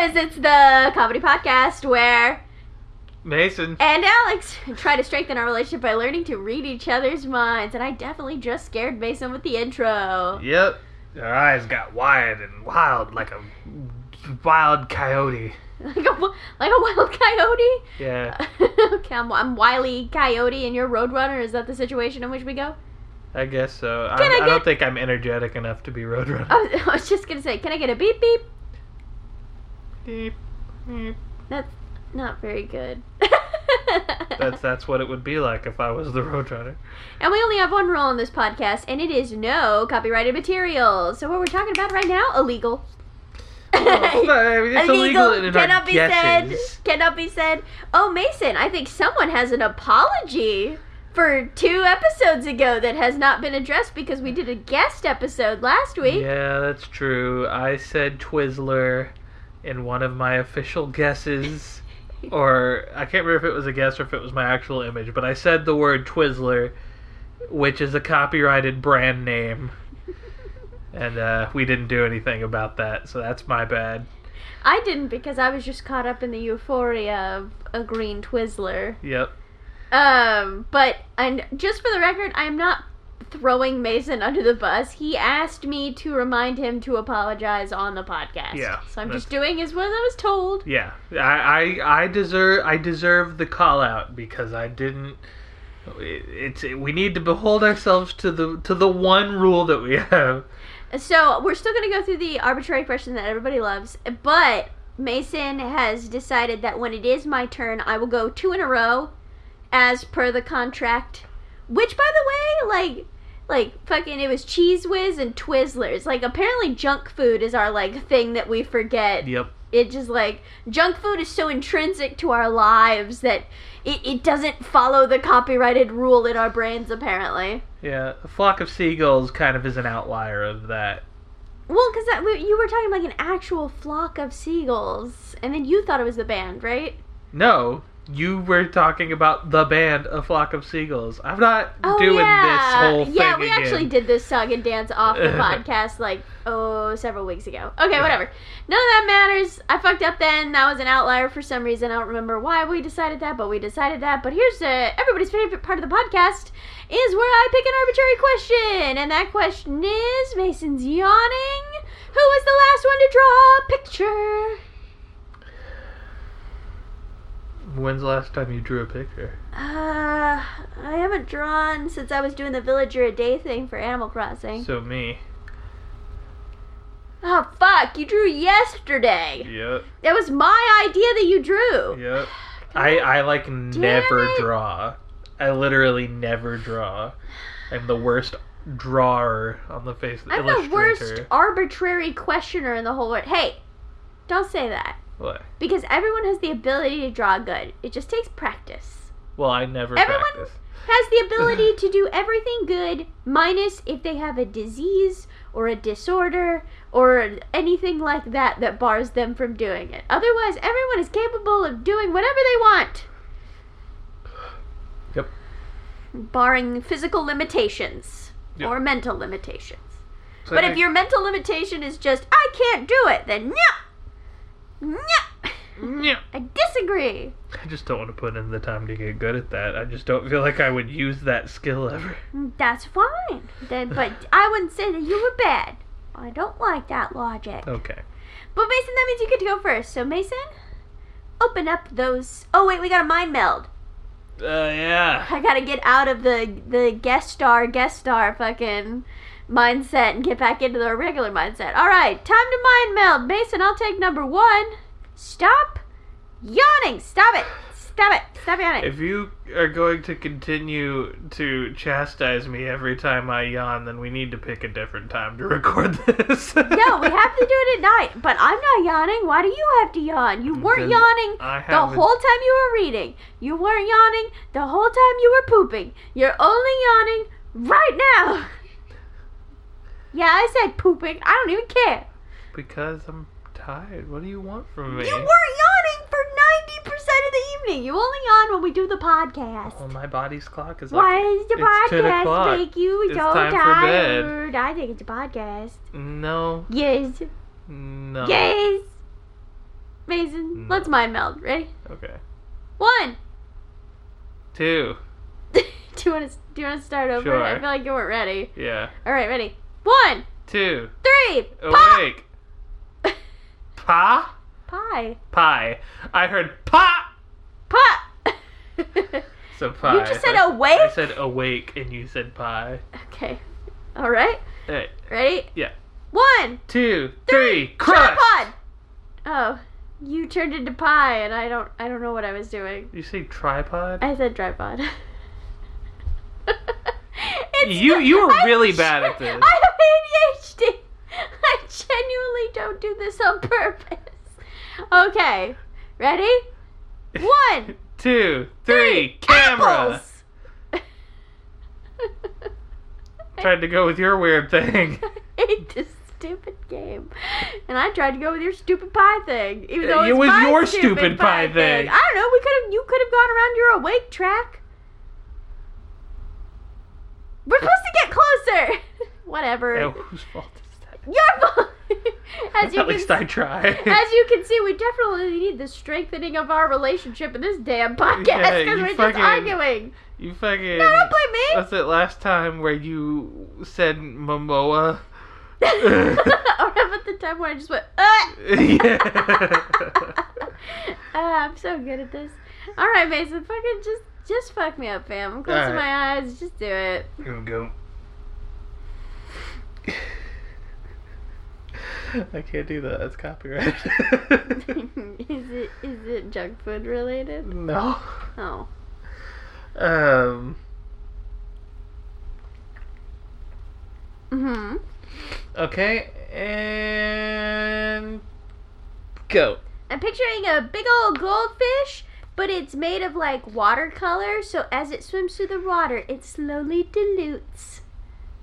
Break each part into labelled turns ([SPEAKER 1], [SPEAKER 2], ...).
[SPEAKER 1] is. It's the comedy podcast where
[SPEAKER 2] Mason.
[SPEAKER 1] and Alex try to strengthen our relationship by learning to read each other's minds. And I definitely just scared Mason with the intro.
[SPEAKER 2] Yep. Their eyes got wide and wild like a wild coyote.
[SPEAKER 1] Like a wi- like a wild coyote.
[SPEAKER 2] Yeah.
[SPEAKER 1] okay, I'm, I'm Wiley Coyote, and you're Roadrunner. Is that the situation in which we go?
[SPEAKER 2] I guess so. I,
[SPEAKER 1] Can I
[SPEAKER 2] I don't
[SPEAKER 1] get- Oh.
[SPEAKER 2] think I'm energetic enough to be Roadrunner.
[SPEAKER 1] I was, I was just gonna say, can I get a beep beep?
[SPEAKER 2] Beep, beep.
[SPEAKER 1] That's not very good.
[SPEAKER 2] That's that's what it would be like if I was the Roadrunner.
[SPEAKER 1] And we only have one rule on this podcast, and it is no copyrighted material. So what we're talking about right now, illegal.
[SPEAKER 2] Oh, Well, I mean, it's illegal, in our
[SPEAKER 1] cannot be
[SPEAKER 2] guesses.
[SPEAKER 1] said. Cannot be said. Oh, Mason, I think someone has an apology for two episodes ago that has not been addressed because we did a guest episode last week.
[SPEAKER 2] Yeah, that's true. I said Twizzler in one of my official guesses, or I can't remember if it was a guess or if it was my actual image, but I said the word Twizzler, which is a copyrighted brand name. And uh, we didn't do anything about that, so that's my bad.
[SPEAKER 1] I didn't because I was just caught up in the euphoria of a green Twizzler.
[SPEAKER 2] Yep.
[SPEAKER 1] Um, but and just for the record, I'm not throwing Mason under the bus. He asked me to remind him to apologize on the podcast.
[SPEAKER 2] Yeah,
[SPEAKER 1] So I'm
[SPEAKER 2] that's-
[SPEAKER 1] just doing as well as I was told.
[SPEAKER 2] Yeah, I, I I deserve I deserve the call out because I didn't. it- It's we need to behold ourselves to the to the one rule that we have.
[SPEAKER 1] So we're still gonna go through the arbitrary question that everybody loves, but Mason has decided that when it is my turn, I will go two in a row, as per the contract. Which, by the way, like, like fucking, it was Cheese Whiz and Twizzlers. Like, apparently, junk food is our like thing that we forget.
[SPEAKER 2] Yep.
[SPEAKER 1] It just like junk food is so intrinsic to our lives that it, it doesn't follow the copyrighted rule in our brains apparently.
[SPEAKER 2] Yeah, a flock of seagulls kind of is an outlier of that.
[SPEAKER 1] Well, because that we- you were talking like an actual flock of seagulls, and then you thought it was the band, right?
[SPEAKER 2] No, you were talking about the band A Flock of Seagulls. I'm not
[SPEAKER 1] Oh
[SPEAKER 2] doing
[SPEAKER 1] yeah,
[SPEAKER 2] this whole thing
[SPEAKER 1] yeah. We
[SPEAKER 2] again.
[SPEAKER 1] actually did this song and dance off the podcast like oh several weeks ago. Okay, whatever. None of that matters. I fucked up then. That was an outlier for some reason. I don't remember why we decided that, but we decided that. But here's uh, everybody's favorite part of the podcast is where I pick an arbitrary question, and that question is Mason's yawning. Who was the last one to draw a picture?
[SPEAKER 2] When's the last time you drew a picture?
[SPEAKER 1] Uh, I haven't drawn since I was doing the villager a day thing for Animal Crossing.
[SPEAKER 2] So me.
[SPEAKER 1] Oh fuck, you drew yesterday.
[SPEAKER 2] Yep.
[SPEAKER 1] That was my idea that you drew.
[SPEAKER 2] Yep. I I like never
[SPEAKER 1] it.
[SPEAKER 2] draw. I literally never draw. I'm the worst drawer on the face. of
[SPEAKER 1] I'm the
[SPEAKER 2] illustrator.
[SPEAKER 1] worst arbitrary questioner in the whole world. Hey, don't say that.
[SPEAKER 2] What?
[SPEAKER 1] Because everyone has the ability to draw good. It just takes practice.
[SPEAKER 2] Well, I never
[SPEAKER 1] Everyone-
[SPEAKER 2] practice.
[SPEAKER 1] Has
[SPEAKER 2] Uh-huh.
[SPEAKER 1] the ability to do everything good, minus if they have a disease or a disorder or anything like that that bars them from doing it. Otherwise, everyone is capable of doing whatever they want.
[SPEAKER 2] Yep.
[SPEAKER 1] Barring physical limitations
[SPEAKER 2] Yep.
[SPEAKER 1] or mental limitations.
[SPEAKER 2] So
[SPEAKER 1] But
[SPEAKER 2] I
[SPEAKER 1] if your mental limitation is just I can't do it, then no, no,
[SPEAKER 2] think- Yeah.
[SPEAKER 1] I disagree.
[SPEAKER 2] I just don't want to put in the time to get good at that. I just don't feel like I would use that skill ever.
[SPEAKER 1] That's fine. Then, but I wouldn't say that you were bad. I don't like that logic.
[SPEAKER 2] Okay.
[SPEAKER 1] But Mason, that means you get to go first. So Mason, open up those. Oh wait, we got a mind meld.
[SPEAKER 2] Uh, yeah.
[SPEAKER 1] I gotta get out of the the guest star guest star fucking mindset and get back into the regular mindset. All right, time to mind meld. Mason, I'll take number one. Stop yawning. Stop it. Stop it. Stop yawning.
[SPEAKER 2] If you are going to continue to chastise me every time I yawn, then we need to pick a different time to record this.
[SPEAKER 1] no, we have to do it at night. But I'm not yawning. Why do you have to yawn? You weren't
[SPEAKER 2] Because
[SPEAKER 1] yawning
[SPEAKER 2] I
[SPEAKER 1] the
[SPEAKER 2] haven't-
[SPEAKER 1] whole time you were reading. You weren't yawning the whole time you were pooping. You're only yawning right now. Yeah, I said pooping. I don't even care.
[SPEAKER 2] Because I'm tired. What do you want from me?
[SPEAKER 1] You weren't yawning for 90% of the evening. You only yawn when we do the podcast.
[SPEAKER 2] Well, my body's clock is
[SPEAKER 1] Why
[SPEAKER 2] up.
[SPEAKER 1] does the
[SPEAKER 2] Um, It's 10 o'clock.
[SPEAKER 1] podcast make you
[SPEAKER 2] It's
[SPEAKER 1] so
[SPEAKER 2] time for bed.
[SPEAKER 1] tired? I think it's a podcast.
[SPEAKER 2] No,
[SPEAKER 1] Yes.
[SPEAKER 2] no.
[SPEAKER 1] Yes. reason.
[SPEAKER 2] No.
[SPEAKER 1] Let's mind meld. Ready?
[SPEAKER 2] Okay.
[SPEAKER 1] One.
[SPEAKER 2] Two.
[SPEAKER 1] do you want to do you want to start over?
[SPEAKER 2] Sure.
[SPEAKER 1] I feel like you weren't ready.
[SPEAKER 2] Yeah.
[SPEAKER 1] All right, ready. One,
[SPEAKER 2] Two.
[SPEAKER 1] three. Pie.
[SPEAKER 2] Awake. Pa?
[SPEAKER 1] Pie.
[SPEAKER 2] Pie. I heard pa!
[SPEAKER 1] Pie.
[SPEAKER 2] So pie.
[SPEAKER 1] You just said
[SPEAKER 2] I-
[SPEAKER 1] awake?
[SPEAKER 2] I said awake and you said pie.
[SPEAKER 1] okay. All right.
[SPEAKER 2] Hey,
[SPEAKER 1] Ready?
[SPEAKER 2] Yeah.
[SPEAKER 1] One.
[SPEAKER 2] two, three, crush!
[SPEAKER 1] Tripod. Oh, you turned into pie, and I don't. I don't know what I was doing.
[SPEAKER 2] You say tripod?
[SPEAKER 1] I said tripod. It's
[SPEAKER 2] You-
[SPEAKER 1] not-
[SPEAKER 2] you were
[SPEAKER 1] I-
[SPEAKER 2] really bad at this.
[SPEAKER 1] I have ADHD. I genuinely don't do this on purpose. Okay, ready? One,
[SPEAKER 2] Two, three, camera!
[SPEAKER 1] apples.
[SPEAKER 2] Tried to go with your weird thing.
[SPEAKER 1] I hate this stupid game. And I tried to go with your stupid pie thing, even though
[SPEAKER 2] It
[SPEAKER 1] it's
[SPEAKER 2] was
[SPEAKER 1] my
[SPEAKER 2] your stupid pie thing.
[SPEAKER 1] I don't know. We could have. You could have gone around your awake track.
[SPEAKER 2] Uh,
[SPEAKER 1] We're supposed to get closer. Whatever.
[SPEAKER 2] Oh, whose fault is that?
[SPEAKER 1] Your fault. as you
[SPEAKER 2] At
[SPEAKER 1] can
[SPEAKER 2] least I tried.
[SPEAKER 1] as you can see, we definitely need the strengthening of our relationship in this damn podcast
[SPEAKER 2] Yeah,
[SPEAKER 1] because
[SPEAKER 2] you
[SPEAKER 1] we're just
[SPEAKER 2] fucking-
[SPEAKER 1] arguing.
[SPEAKER 2] you fucking.
[SPEAKER 1] No, don't blame me.
[SPEAKER 2] That's it last time where you said Momoa.
[SPEAKER 1] or how about the time when I just went, uh,
[SPEAKER 2] yeah.
[SPEAKER 1] Ah, I'm so good at this. All right, Mason, fucking just just fuck me up, fam. I'm closing
[SPEAKER 2] All
[SPEAKER 1] my eyes. Just do it.
[SPEAKER 2] Here we go. I can't do that. That's copyright.
[SPEAKER 1] is it is it junk food related?
[SPEAKER 2] no.
[SPEAKER 1] Oh,
[SPEAKER 2] Um.
[SPEAKER 1] hmm
[SPEAKER 2] Okay, and go.
[SPEAKER 1] I'm picturing a big old goldfish, but it's made of like watercolor. So as it swims through the water, it slowly dilutes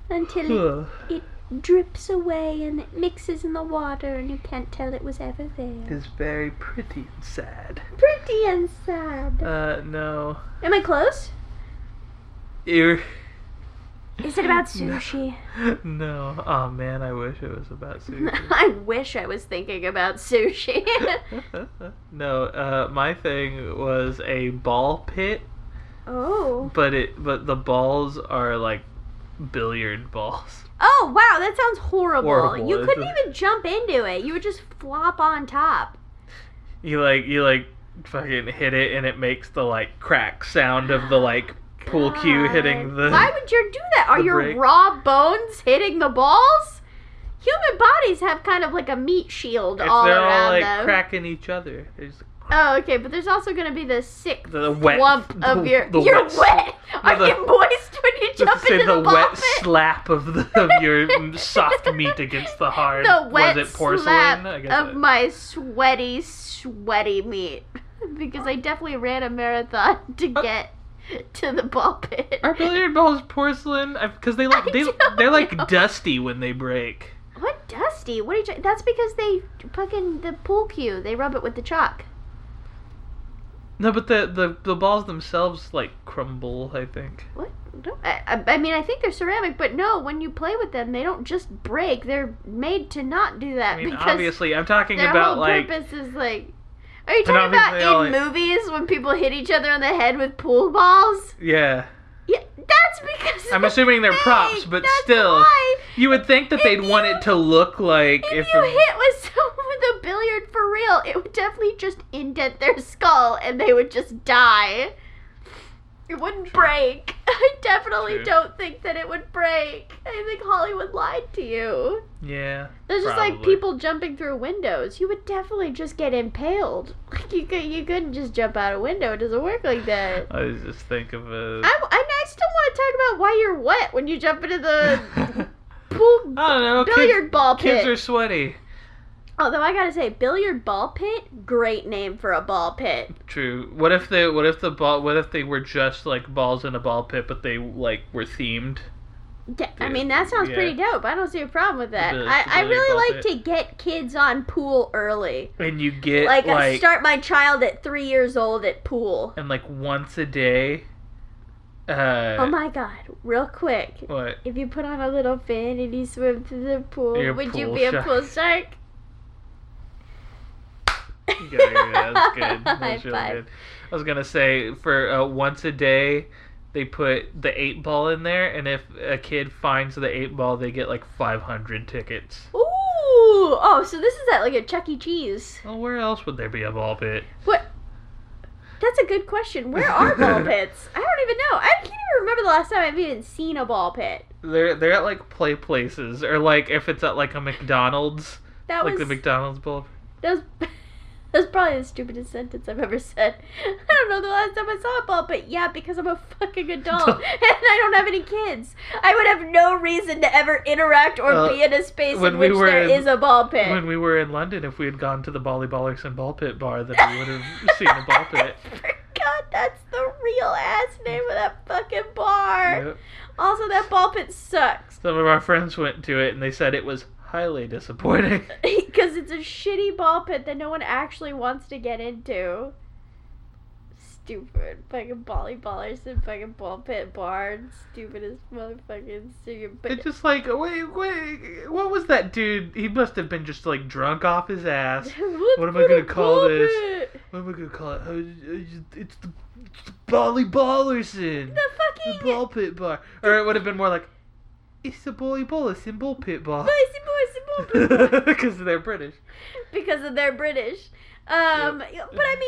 [SPEAKER 1] until it,
[SPEAKER 2] Ugh.
[SPEAKER 1] it drips away and it mixes in the water, and you can't tell it was ever there.
[SPEAKER 2] It's very pretty and sad.
[SPEAKER 1] Pretty and sad.
[SPEAKER 2] Uh, no.
[SPEAKER 1] Am I close?
[SPEAKER 2] Ew.
[SPEAKER 1] Is it about sushi?
[SPEAKER 2] No. Oh man, I wish it was about sushi.
[SPEAKER 1] I wish I was thinking about sushi.
[SPEAKER 2] no, uh, my thing was a ball pit,
[SPEAKER 1] oh.
[SPEAKER 2] but it but the balls are like billiard balls.
[SPEAKER 1] Oh, wow, that sounds horrible.
[SPEAKER 2] Horrible,
[SPEAKER 1] You
[SPEAKER 2] isn't
[SPEAKER 1] couldn't
[SPEAKER 2] it?
[SPEAKER 1] even jump into it. You would just flop on top.
[SPEAKER 2] You like you like fucking hit it and it makes the like crack sound of the like pool cue hitting
[SPEAKER 1] God.
[SPEAKER 2] the.
[SPEAKER 1] Why would you do that? Are
[SPEAKER 2] the
[SPEAKER 1] your
[SPEAKER 2] brick.
[SPEAKER 1] raw bones hitting the balls? Human bodies have kind of like a meat shield
[SPEAKER 2] If
[SPEAKER 1] all
[SPEAKER 2] they're
[SPEAKER 1] around
[SPEAKER 2] all like
[SPEAKER 1] them.
[SPEAKER 2] cracking each other. There's
[SPEAKER 1] Oh, okay, but there's also going to be the sick
[SPEAKER 2] the, the wet
[SPEAKER 1] lump
[SPEAKER 2] the,
[SPEAKER 1] of your.
[SPEAKER 2] the
[SPEAKER 1] you're
[SPEAKER 2] wet,
[SPEAKER 1] wet.
[SPEAKER 2] sl-
[SPEAKER 1] Are
[SPEAKER 2] the-
[SPEAKER 1] you moist when you
[SPEAKER 2] just
[SPEAKER 1] jump
[SPEAKER 2] to say
[SPEAKER 1] into the,
[SPEAKER 2] the
[SPEAKER 1] ball
[SPEAKER 2] wet
[SPEAKER 1] pit?
[SPEAKER 2] slap of the of your soft meat against the hard.
[SPEAKER 1] the wet
[SPEAKER 2] was it porcelain?
[SPEAKER 1] slap
[SPEAKER 2] I guess
[SPEAKER 1] of
[SPEAKER 2] it-
[SPEAKER 1] my sweaty, sweaty meat because I definitely ran a marathon to
[SPEAKER 2] Uh,
[SPEAKER 1] get to the ball pit.
[SPEAKER 2] Are billiard balls porcelain? Because they like
[SPEAKER 1] I
[SPEAKER 2] they
[SPEAKER 1] don't
[SPEAKER 2] they're like
[SPEAKER 1] know.
[SPEAKER 2] dusty when they break.
[SPEAKER 1] What dusty? What are you? tra- That's because they fucking the pool cue. They rub it with the chalk.
[SPEAKER 2] No, but the, the the balls themselves like crumble. I think.
[SPEAKER 1] What? No, I, I- I mean, I think they're ceramic, but no. When you play with them, they don't just break. They're made to not do that
[SPEAKER 2] I mean,
[SPEAKER 1] because
[SPEAKER 2] obviously, I'm talking
[SPEAKER 1] their
[SPEAKER 2] about
[SPEAKER 1] whole
[SPEAKER 2] like
[SPEAKER 1] purpose is like. Are you
[SPEAKER 2] But
[SPEAKER 1] talking
[SPEAKER 2] obviously all
[SPEAKER 1] about in
[SPEAKER 2] it-
[SPEAKER 1] movies when people hit each other on the head with pool balls?
[SPEAKER 2] yeah.
[SPEAKER 1] Yeah, that's because
[SPEAKER 2] I'm assuming they're
[SPEAKER 1] fake.
[SPEAKER 2] props, but
[SPEAKER 1] That's
[SPEAKER 2] still,
[SPEAKER 1] why.
[SPEAKER 2] you would think that
[SPEAKER 1] If
[SPEAKER 2] they'd want
[SPEAKER 1] you-
[SPEAKER 2] it to look like
[SPEAKER 1] If,
[SPEAKER 2] if.
[SPEAKER 1] you
[SPEAKER 2] it-
[SPEAKER 1] hit with someone with a billiard for real, it would definitely just indent their skull and they would just die. It wouldn't break. I definitely
[SPEAKER 2] True.
[SPEAKER 1] don't think that it would break. I think Hollywood lied to you.
[SPEAKER 2] yeah.
[SPEAKER 1] That's just like
[SPEAKER 2] Probably.
[SPEAKER 1] people jumping through windows. You would definitely just get impaled. Like you could, you couldn't just jump out a window. It doesn't work like that.
[SPEAKER 2] I was just think of a.
[SPEAKER 1] I, I, I still want to talk about why you're wet when you jump into the pool
[SPEAKER 2] I don't know.
[SPEAKER 1] billiard
[SPEAKER 2] Uh, kids,
[SPEAKER 1] ball pit.
[SPEAKER 2] kids are sweaty.
[SPEAKER 1] Although I gotta say, billiard ball pit, great name for a ball pit.
[SPEAKER 2] True. What if they? What if the ball? What if they were just like balls in a ball pit, but they like were themed?
[SPEAKER 1] D- I
[SPEAKER 2] Yeah,
[SPEAKER 1] mean, that sounds
[SPEAKER 2] yeah.
[SPEAKER 1] pretty dope. I don't see a problem with that.
[SPEAKER 2] It's a-
[SPEAKER 1] I,
[SPEAKER 2] it's a
[SPEAKER 1] I
[SPEAKER 2] billiard
[SPEAKER 1] really
[SPEAKER 2] ball
[SPEAKER 1] like
[SPEAKER 2] pit.
[SPEAKER 1] to get kids on pool early.
[SPEAKER 2] And you get
[SPEAKER 1] Like,
[SPEAKER 2] like,
[SPEAKER 1] I start my child at three years old at pool.
[SPEAKER 2] and like once a day. Uh,
[SPEAKER 1] Oh my god, real quick.
[SPEAKER 2] what?
[SPEAKER 1] If you put on a little fin and you swim to the pool,
[SPEAKER 2] You're a
[SPEAKER 1] would you
[SPEAKER 2] pool
[SPEAKER 1] be a
[SPEAKER 2] shark.
[SPEAKER 1] pool shark?
[SPEAKER 2] Yeah, yeah, yeah, that's good.
[SPEAKER 1] High
[SPEAKER 2] That's really
[SPEAKER 1] five.
[SPEAKER 2] good. I was gonna say for uh, once a day, they put the eight ball in there, and if a kid finds the eight ball, they get like five hundred tickets.
[SPEAKER 1] Ooh! Oh, so this is at like a Chuck E. Cheese.
[SPEAKER 2] Well, where else would there be a ball pit?
[SPEAKER 1] What? That's a good question. Where are ball pits? I don't even know. I can't even remember the last time I've even seen a ball pit.
[SPEAKER 2] They're they're at like play places, or like if it's at like a McDonald's,
[SPEAKER 1] That
[SPEAKER 2] like
[SPEAKER 1] was
[SPEAKER 2] the McDonald's ball.
[SPEAKER 1] that was that was probably the stupidest sentence I've ever said. I don't know the last time I saw a ball pit. Yeah, because I'm a fucking adult and I don't have any kids. I would have no reason to ever interact or
[SPEAKER 2] Uh,
[SPEAKER 1] be in a space
[SPEAKER 2] when
[SPEAKER 1] in
[SPEAKER 2] we
[SPEAKER 1] which
[SPEAKER 2] were
[SPEAKER 1] there is
[SPEAKER 2] in-
[SPEAKER 1] a ball pit.
[SPEAKER 2] When we were in London, if we had gone to the Volleyballers and Ball Pit bar, then we would have seen a ball pit.
[SPEAKER 1] I forgot that's the real ass name of that fucking bar.
[SPEAKER 2] Yep.
[SPEAKER 1] Also, that ball pit sucks
[SPEAKER 2] Some of our friends went to it, and they said it was highly disappointing.
[SPEAKER 1] because it's a shitty ball pit that no one actually wants to get into. Stupid fucking volleyballers and fucking ball pit bar. Stupidest motherfucking singer. But
[SPEAKER 2] It's just like, wait, wait, what was that dude? He must have been just like drunk off his ass.
[SPEAKER 1] What
[SPEAKER 2] am I gonna call
[SPEAKER 1] ball
[SPEAKER 2] this?
[SPEAKER 1] pit?
[SPEAKER 2] What am I gonna call it? Oh, It's the, it's the Bolly Ballerson,
[SPEAKER 1] The
[SPEAKER 2] the
[SPEAKER 1] fucking.
[SPEAKER 2] ball pit bar, or it would have been more like, it's the Bolly Ballerson ball pit bar,
[SPEAKER 1] Boise, Boise, ball pit bar.
[SPEAKER 2] because they're British.
[SPEAKER 1] because of they're British. Um, but
[SPEAKER 2] Mm-hmm.
[SPEAKER 1] I mean,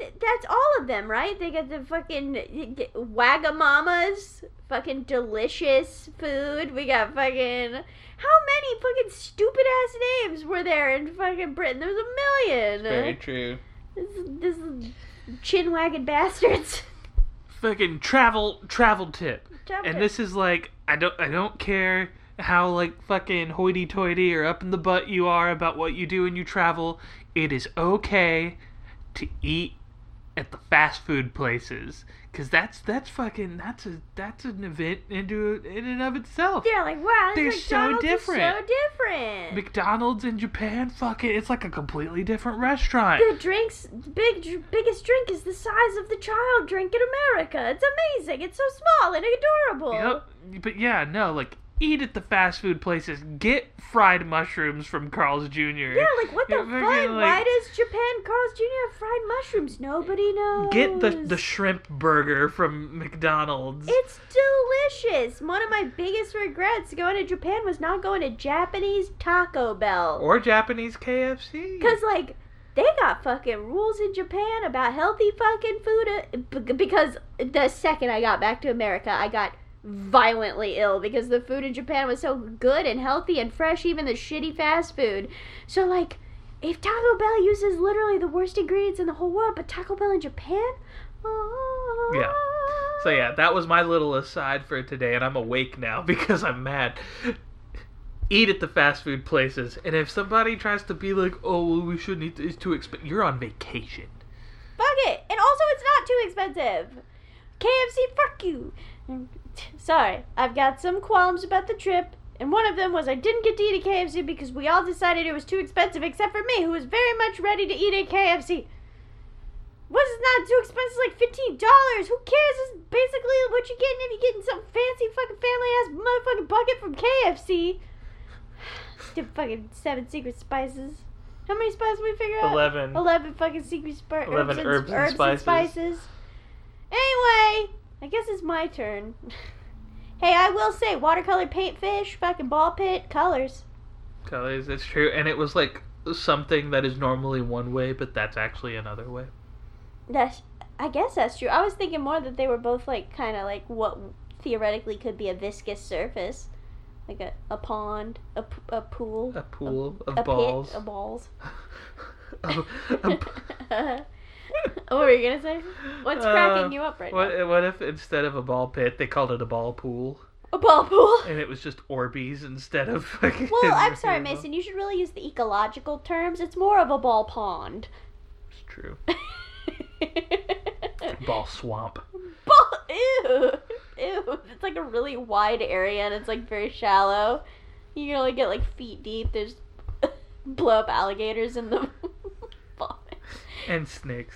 [SPEAKER 1] fucking, that's all of them, right? They got the fucking Wagamamas, fucking delicious food. We got fucking how many fucking stupid ass names were there in fucking Britain? There was a million.
[SPEAKER 2] true.
[SPEAKER 1] This, this chin wagging bastards.
[SPEAKER 2] Fucking travel, travel tip,
[SPEAKER 1] Jump it.
[SPEAKER 2] and this is like, I don't, I don't care how like fucking hoity-toity or up in the butt you are about what you do when you travel. It is okay to eat at the fast food places because that's that's fucking that's a that's an event into in and of itself.
[SPEAKER 1] they're like wow,
[SPEAKER 2] They're
[SPEAKER 1] this
[SPEAKER 2] so
[SPEAKER 1] McDonald's is
[SPEAKER 2] different.
[SPEAKER 1] so different.
[SPEAKER 2] McDonald's in Japan, fuck it, it's like a completely different restaurant.
[SPEAKER 1] The drinks, the big dr- biggest drink is the size of the child drink in America. It's amazing. It's so small and adorable.
[SPEAKER 2] Yep. But yeah, no, like eat at the fast food places. Get fried mushrooms from Carl's Jr.
[SPEAKER 1] Yeah, like what the
[SPEAKER 2] You're
[SPEAKER 1] fuck?
[SPEAKER 2] fucking,
[SPEAKER 1] Why
[SPEAKER 2] like-
[SPEAKER 1] does Japan Carl's Jr. have fried mushrooms? Nobody knows.
[SPEAKER 2] Get the the shrimp burger from McDonald's.
[SPEAKER 1] It's delicious. One of my biggest regrets going to Japan was not going to Japanese Taco Bell.
[SPEAKER 2] or Japanese KFC.
[SPEAKER 1] Cause like they got fucking rules in Japan about healthy fucking food. uh, b- Because the second I got back to America, I got violently ill because the food in Japan was so good and healthy and fresh, even the shitty fast food. So like, if Taco Bell uses literally the worst ingredients in the whole world, but Taco Bell in Japan, oh.
[SPEAKER 2] Yeah. So yeah, that was my little aside for today, and I'm awake now because I'm mad. Eat at the fast food places, and if somebody tries to be like, "Oh, well, we shouldn't eat; it's too expensive," you're on vacation.
[SPEAKER 1] Fuck it. And also, it's not too expensive. KFC, fuck you. Sorry, I've got some qualms about the trip, and one of them was I didn't get to eat a KFC because we all decided it was too expensive, except for me, who was very much ready to eat a KFC. What is not too expensive? Like fifteen dollars. Who cares? It's basically what you're getting if you're getting some fancy fucking family ass motherfucking bucket from KFC. The fucking seven secret spices. How many spices we figure out?
[SPEAKER 2] Eleven.
[SPEAKER 1] 11 fucking secret spi-
[SPEAKER 2] 11
[SPEAKER 1] herbs, and, herbs and spices. Anyway, I guess it's my turn. hey, I will say watercolor paint fish, fucking ball pit, colors.
[SPEAKER 2] Colors, that's true, and it was like something that is normally one way, but that's actually another way.
[SPEAKER 1] That's, I guess that's true. I was thinking more that they were both like kind of like what theoretically could be a viscous surface, like a, a pond, a, p- a pool,
[SPEAKER 2] A pool of
[SPEAKER 1] a
[SPEAKER 2] Uh, balls.
[SPEAKER 1] pit, a balls.
[SPEAKER 2] A- a p-
[SPEAKER 1] what were you gonna say? What's cracking
[SPEAKER 2] Uh,
[SPEAKER 1] you up right now?
[SPEAKER 2] What, what if instead of a ball pit, they called it a ball pool,
[SPEAKER 1] A ball pool.
[SPEAKER 2] and it was just Orbeez instead of fucking.
[SPEAKER 1] Well, I'm sorry, Mason. You should really use the ecological terms. It's more of a ball pond.
[SPEAKER 2] It's true.
[SPEAKER 1] ball,
[SPEAKER 2] Ball swamp.
[SPEAKER 1] ew, ew. It's like a really wide area and it's like very shallow. You can only get like feet deep. There's blow up alligators in the ball.
[SPEAKER 2] And snakes.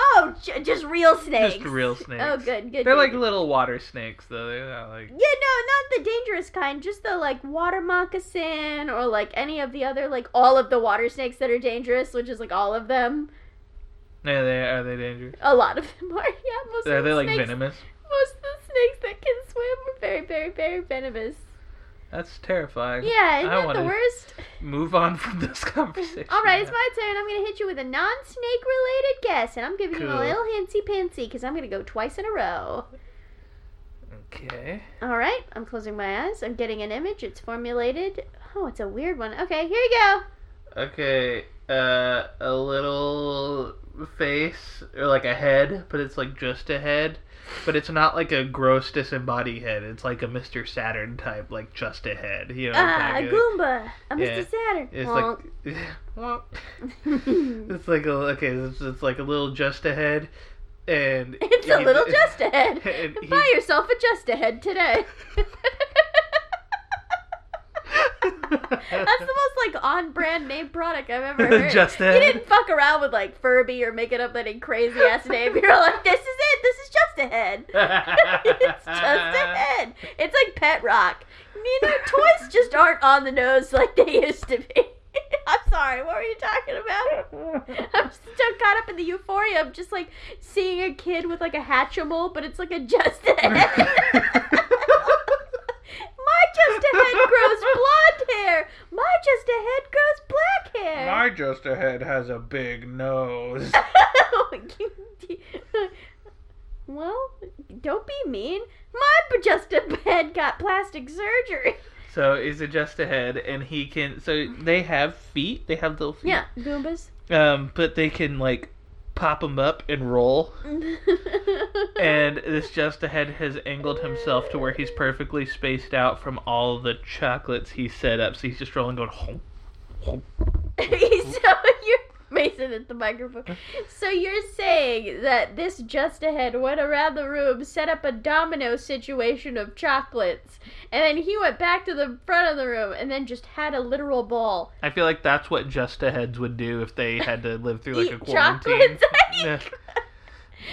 [SPEAKER 1] Oh, Oh, j- just real snakes.
[SPEAKER 2] Just real snakes.
[SPEAKER 1] Oh, good, good.
[SPEAKER 2] They're like
[SPEAKER 1] good.
[SPEAKER 2] little water snakes, though. They're not like.
[SPEAKER 1] Yeah, no, not the dangerous kind. Just the like water moccasin or like any of the other like all of the water snakes that are dangerous, which is like all of them.
[SPEAKER 2] Yeah, they are they dangerous?
[SPEAKER 1] A lot of them are. Yeah, most
[SPEAKER 2] Are
[SPEAKER 1] of
[SPEAKER 2] they
[SPEAKER 1] the
[SPEAKER 2] like
[SPEAKER 1] snakes.
[SPEAKER 2] venomous?
[SPEAKER 1] Most of the snakes that can swim are very, very, very venomous.
[SPEAKER 2] That's terrifying.
[SPEAKER 1] Yeah, isn't
[SPEAKER 2] I
[SPEAKER 1] that
[SPEAKER 2] wanna
[SPEAKER 1] the worst?
[SPEAKER 2] Move on from this conversation.
[SPEAKER 1] All right, it's
[SPEAKER 2] now.
[SPEAKER 1] my turn. I'm gonna hit you with a non-snake related guess, and I'm giving you a
[SPEAKER 2] Cool.
[SPEAKER 1] little hintsy pintsy because I'm gonna go twice in a row.
[SPEAKER 2] Okay.
[SPEAKER 1] All right, I'm closing my eyes. I'm getting an image. It's formulated. Oh, it's a weird one. Okay, here you go.
[SPEAKER 2] Okay. Uh, a little face or like a head, but it's like just a head. But it's not like a gross disembodied head. It's like a Mr. Saturn type, like just a head. You know. what I'm
[SPEAKER 1] Ah, a
[SPEAKER 2] talking-
[SPEAKER 1] Goomba, a
[SPEAKER 2] Yeah.
[SPEAKER 1] Mr. Saturn.
[SPEAKER 2] It's like.
[SPEAKER 1] Wonk.
[SPEAKER 2] It's like a okay. It's, it's like a little just ahead, and
[SPEAKER 1] it's a
[SPEAKER 2] he-
[SPEAKER 1] little just ahead.
[SPEAKER 2] and he-
[SPEAKER 1] Buy yourself a just ahead today. That's the most like on-brand name product I've ever heard.
[SPEAKER 2] Just
[SPEAKER 1] You
[SPEAKER 2] Ahead.
[SPEAKER 1] didn't fuck around with like Furby or making up any crazy ass name. You're like, this is it. This is just ahead. it's just ahead. It's like Pet Rock. You know, toys just aren't on the nose like they used to be. I'm sorry. What were you talking about? I'm still caught up in the euphoria of just like seeing a kid with like a Hatchimal, but it's like a just ahead. My just ahead grows blonde hair. My just ahead grows black hair.
[SPEAKER 2] My just ahead has a big nose.
[SPEAKER 1] well, don't be mean. My b- just a bed got plastic surgery.
[SPEAKER 2] So he's a just ahead, and he can. So they have feet. They have little feet.
[SPEAKER 1] Yeah, Goombas.
[SPEAKER 2] Um, but they can like pop them up and roll. And this just ahead has angled himself to where he's perfectly spaced out from all the chocolates he set up. So he's just rolling, going. Honk, honk,
[SPEAKER 1] so you're Mason at the microphone. So you're saying that this just ahead went around the room, set up a domino situation of chocolates, and then he went back to the front of the room and then just had a literal ball.
[SPEAKER 2] I feel like that's what just aheads would do if they had to live through like a
[SPEAKER 1] Eat
[SPEAKER 2] quarantine.
[SPEAKER 1] chocolates.
[SPEAKER 2] Yeah.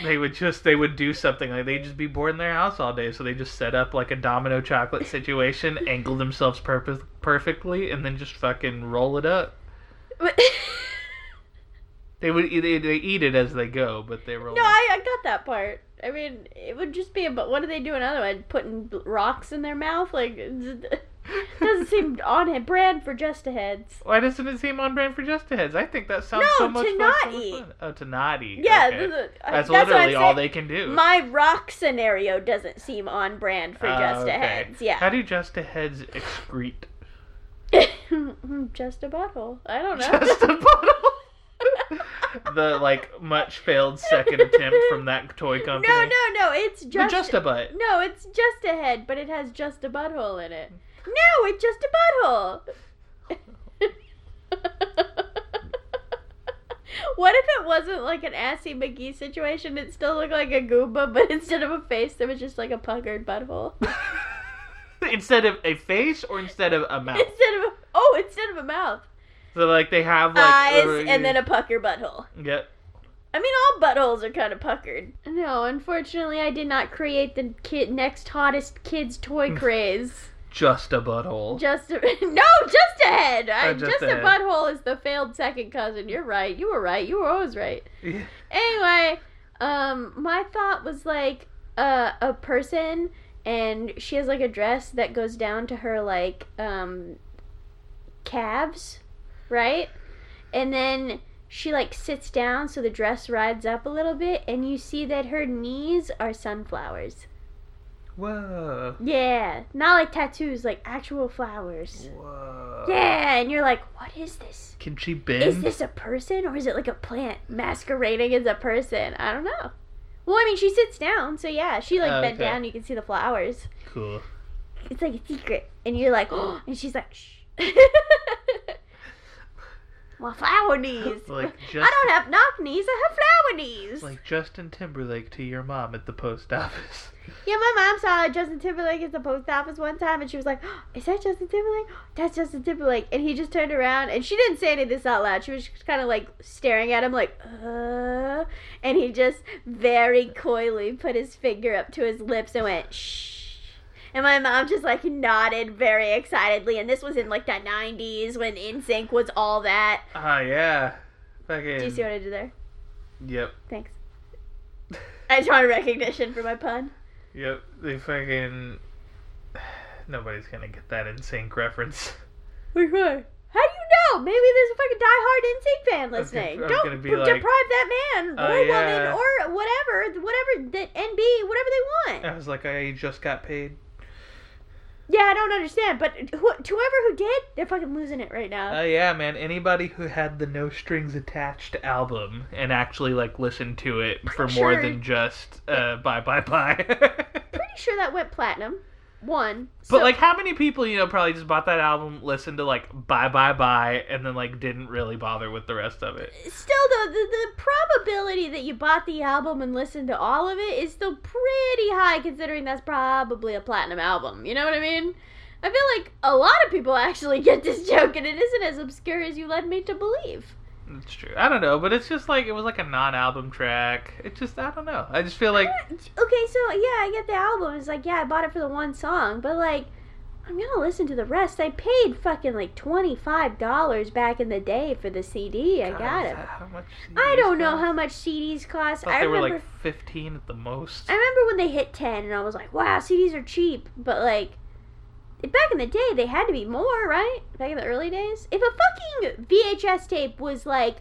[SPEAKER 2] They would just they would do something like they'd just be bored in their house all day, so they just set up like a domino chocolate situation, angle themselves purpose perfectly, and then just fucking roll it up. They would they, they eat it as they go, but they roll.
[SPEAKER 1] No,
[SPEAKER 2] it.
[SPEAKER 1] I, I got that part. I mean, it would just be. But what do they do another one? Putting bl- rocks in their mouth? Like, it doesn't seem on a brand for just heads.
[SPEAKER 2] Why doesn't it seem on brand for just aheads? I think that sounds
[SPEAKER 1] No,
[SPEAKER 2] so much
[SPEAKER 1] to
[SPEAKER 2] like
[SPEAKER 1] not
[SPEAKER 2] so much
[SPEAKER 1] eat.
[SPEAKER 2] fun. Oh, to not eat.
[SPEAKER 1] Yeah,
[SPEAKER 2] okay.
[SPEAKER 1] th- th- I-
[SPEAKER 2] that's,
[SPEAKER 1] what I'm
[SPEAKER 2] literally all
[SPEAKER 1] saying.
[SPEAKER 2] they can do.
[SPEAKER 1] My rock scenario doesn't seem on brand for
[SPEAKER 2] Oh,
[SPEAKER 1] just
[SPEAKER 2] okay.
[SPEAKER 1] heads. Yeah,
[SPEAKER 2] How do just aheads excrete?
[SPEAKER 1] just a butthole. I don't know.
[SPEAKER 2] Just a bottle. the like much failed second attempt from that toy
[SPEAKER 1] no,
[SPEAKER 2] company.
[SPEAKER 1] no, no. It's
[SPEAKER 2] But
[SPEAKER 1] just.
[SPEAKER 2] just a butt.
[SPEAKER 1] no, it's just a head, but it has just a butthole in it. No, it's just a butthole. what if it wasn't like an assy McGee situation? It still looked like a Goomba, but instead of a face, there was just like a puckered butthole.
[SPEAKER 2] instead of a face or instead of a mouth.
[SPEAKER 1] Instead of a, oh, instead of a mouth,
[SPEAKER 2] So like they have like uh,
[SPEAKER 1] eyes, and then a pucker butthole.
[SPEAKER 2] yeah.
[SPEAKER 1] I mean, all buttholes are kind of puckered. No, unfortunately, I did not create the kid next hottest kids toy craze.
[SPEAKER 2] Just a butthole.
[SPEAKER 1] Just a, no, just a head. I,
[SPEAKER 2] Oh,
[SPEAKER 1] just
[SPEAKER 2] just
[SPEAKER 1] a,
[SPEAKER 2] a head.
[SPEAKER 1] butthole is the failed second cousin. You're right. You were right. You were always right.
[SPEAKER 2] Yeah.
[SPEAKER 1] Anyway, um, my thought was like uh, a person, and she has like a dress that goes down to her like um, calves, right? And then she like sits down, so the dress rides up a little bit, and you see that her knees are sunflowers.
[SPEAKER 2] Whoa.
[SPEAKER 1] Yeah, not like tattoos, like actual flowers.
[SPEAKER 2] Whoa.
[SPEAKER 1] Yeah, and you're like, what is this?
[SPEAKER 2] Can she
[SPEAKER 1] Is
[SPEAKER 2] bend?
[SPEAKER 1] this a person or is it like a plant masquerading as a person? I don't know. Well, I mean, she sits down, so yeah, she like
[SPEAKER 2] Oh,
[SPEAKER 1] bent
[SPEAKER 2] okay.
[SPEAKER 1] down. You can see the flowers.
[SPEAKER 2] cool.
[SPEAKER 1] It's like a secret, and you're like, oh, and she's like, shh. My flower knees.
[SPEAKER 2] Like
[SPEAKER 1] I
[SPEAKER 2] just
[SPEAKER 1] don't have knock knees. I have flower knees.
[SPEAKER 2] like Justin Timberlake to your mom at the post office.
[SPEAKER 1] Yeah, my mom saw Justin Timberlake at the post office one time, and she was like, "Oh, "Is that Justin Timberlake? That's Justin Timberlake." And he just turned around, and she didn't say any of this out loud. She was just kind of like staring at him, like, "Uh," and he just very coyly put his finger up to his lips and went, "Shh." And my mom just like nodded very excitedly, and this was in like the '90s when NSYNC was all that.
[SPEAKER 2] Ah, yeah. Fucking.
[SPEAKER 1] Do you see what I did there?
[SPEAKER 2] Yep.
[SPEAKER 1] Thanks. I just wanted recognition for my pun.
[SPEAKER 2] Yep. They fucking. Nobody's gonna get that in sync reference.
[SPEAKER 1] Wait, wait. How do you know? Maybe there's a fucking diehard NSYNC
[SPEAKER 2] was
[SPEAKER 1] fan
[SPEAKER 2] gonna-
[SPEAKER 1] listening.
[SPEAKER 2] I was
[SPEAKER 1] Don't
[SPEAKER 2] gonna be
[SPEAKER 1] deprive
[SPEAKER 2] like-
[SPEAKER 1] that man
[SPEAKER 2] Oh,
[SPEAKER 1] or
[SPEAKER 2] yeah.
[SPEAKER 1] woman or whatever, whatever that NB, whatever they want.
[SPEAKER 2] I was like, I just got paid.
[SPEAKER 1] yeah, I don't understand, but who, to whoever who did, they're fucking losing it right now.
[SPEAKER 2] Oh yeah, man. Anybody who had the No Strings Attached album and actually like listened to it for
[SPEAKER 1] Pretty
[SPEAKER 2] more
[SPEAKER 1] sure-
[SPEAKER 2] than just uh, bye bye bye.
[SPEAKER 1] Pretty sure that went platinum. One.
[SPEAKER 2] But
[SPEAKER 1] So-
[SPEAKER 2] like, how many people you know probably just bought that album, listened to like "Bye Bye Bye," and then like didn't really bother with the rest of it?
[SPEAKER 1] still though the, the probability that you bought the album and listened to all of it is still pretty high considering that's probably a platinum album you know what i mean i feel like a lot of people actually get this joke and it isn't as obscure as you led me to believe
[SPEAKER 2] It's true. I don't know, but it's just like it was like a non-album track. It just I don't know. I just feel like
[SPEAKER 1] okay so yeah i get the album it's like yeah i bought it for the one song but like i'm gonna listen to the rest i paid fucking like $25 back in the day for the cd i
[SPEAKER 2] God,
[SPEAKER 1] got
[SPEAKER 2] is
[SPEAKER 1] it
[SPEAKER 2] that How much?
[SPEAKER 1] i don't
[SPEAKER 2] CDs
[SPEAKER 1] know
[SPEAKER 2] cost?
[SPEAKER 1] how much cds
[SPEAKER 2] I
[SPEAKER 1] cost
[SPEAKER 2] thought
[SPEAKER 1] i
[SPEAKER 2] they
[SPEAKER 1] remember
[SPEAKER 2] were like fifteen at the most.
[SPEAKER 1] I remember when they hit 10 and I was like, wow, CDs are cheap. But like, back in the day, they had to be more, right? Back in the early days? If a fucking VHS tape was like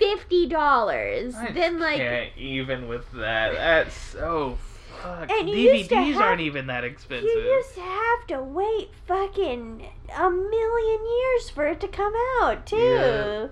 [SPEAKER 1] $50,
[SPEAKER 2] I
[SPEAKER 1] then like.
[SPEAKER 2] can't even with that. That's so fuck.
[SPEAKER 1] And you
[SPEAKER 2] DVDs
[SPEAKER 1] used to have-
[SPEAKER 2] aren't even that expensive.
[SPEAKER 1] You used to have to wait fucking a million years for it to come out, too.
[SPEAKER 2] Yeah.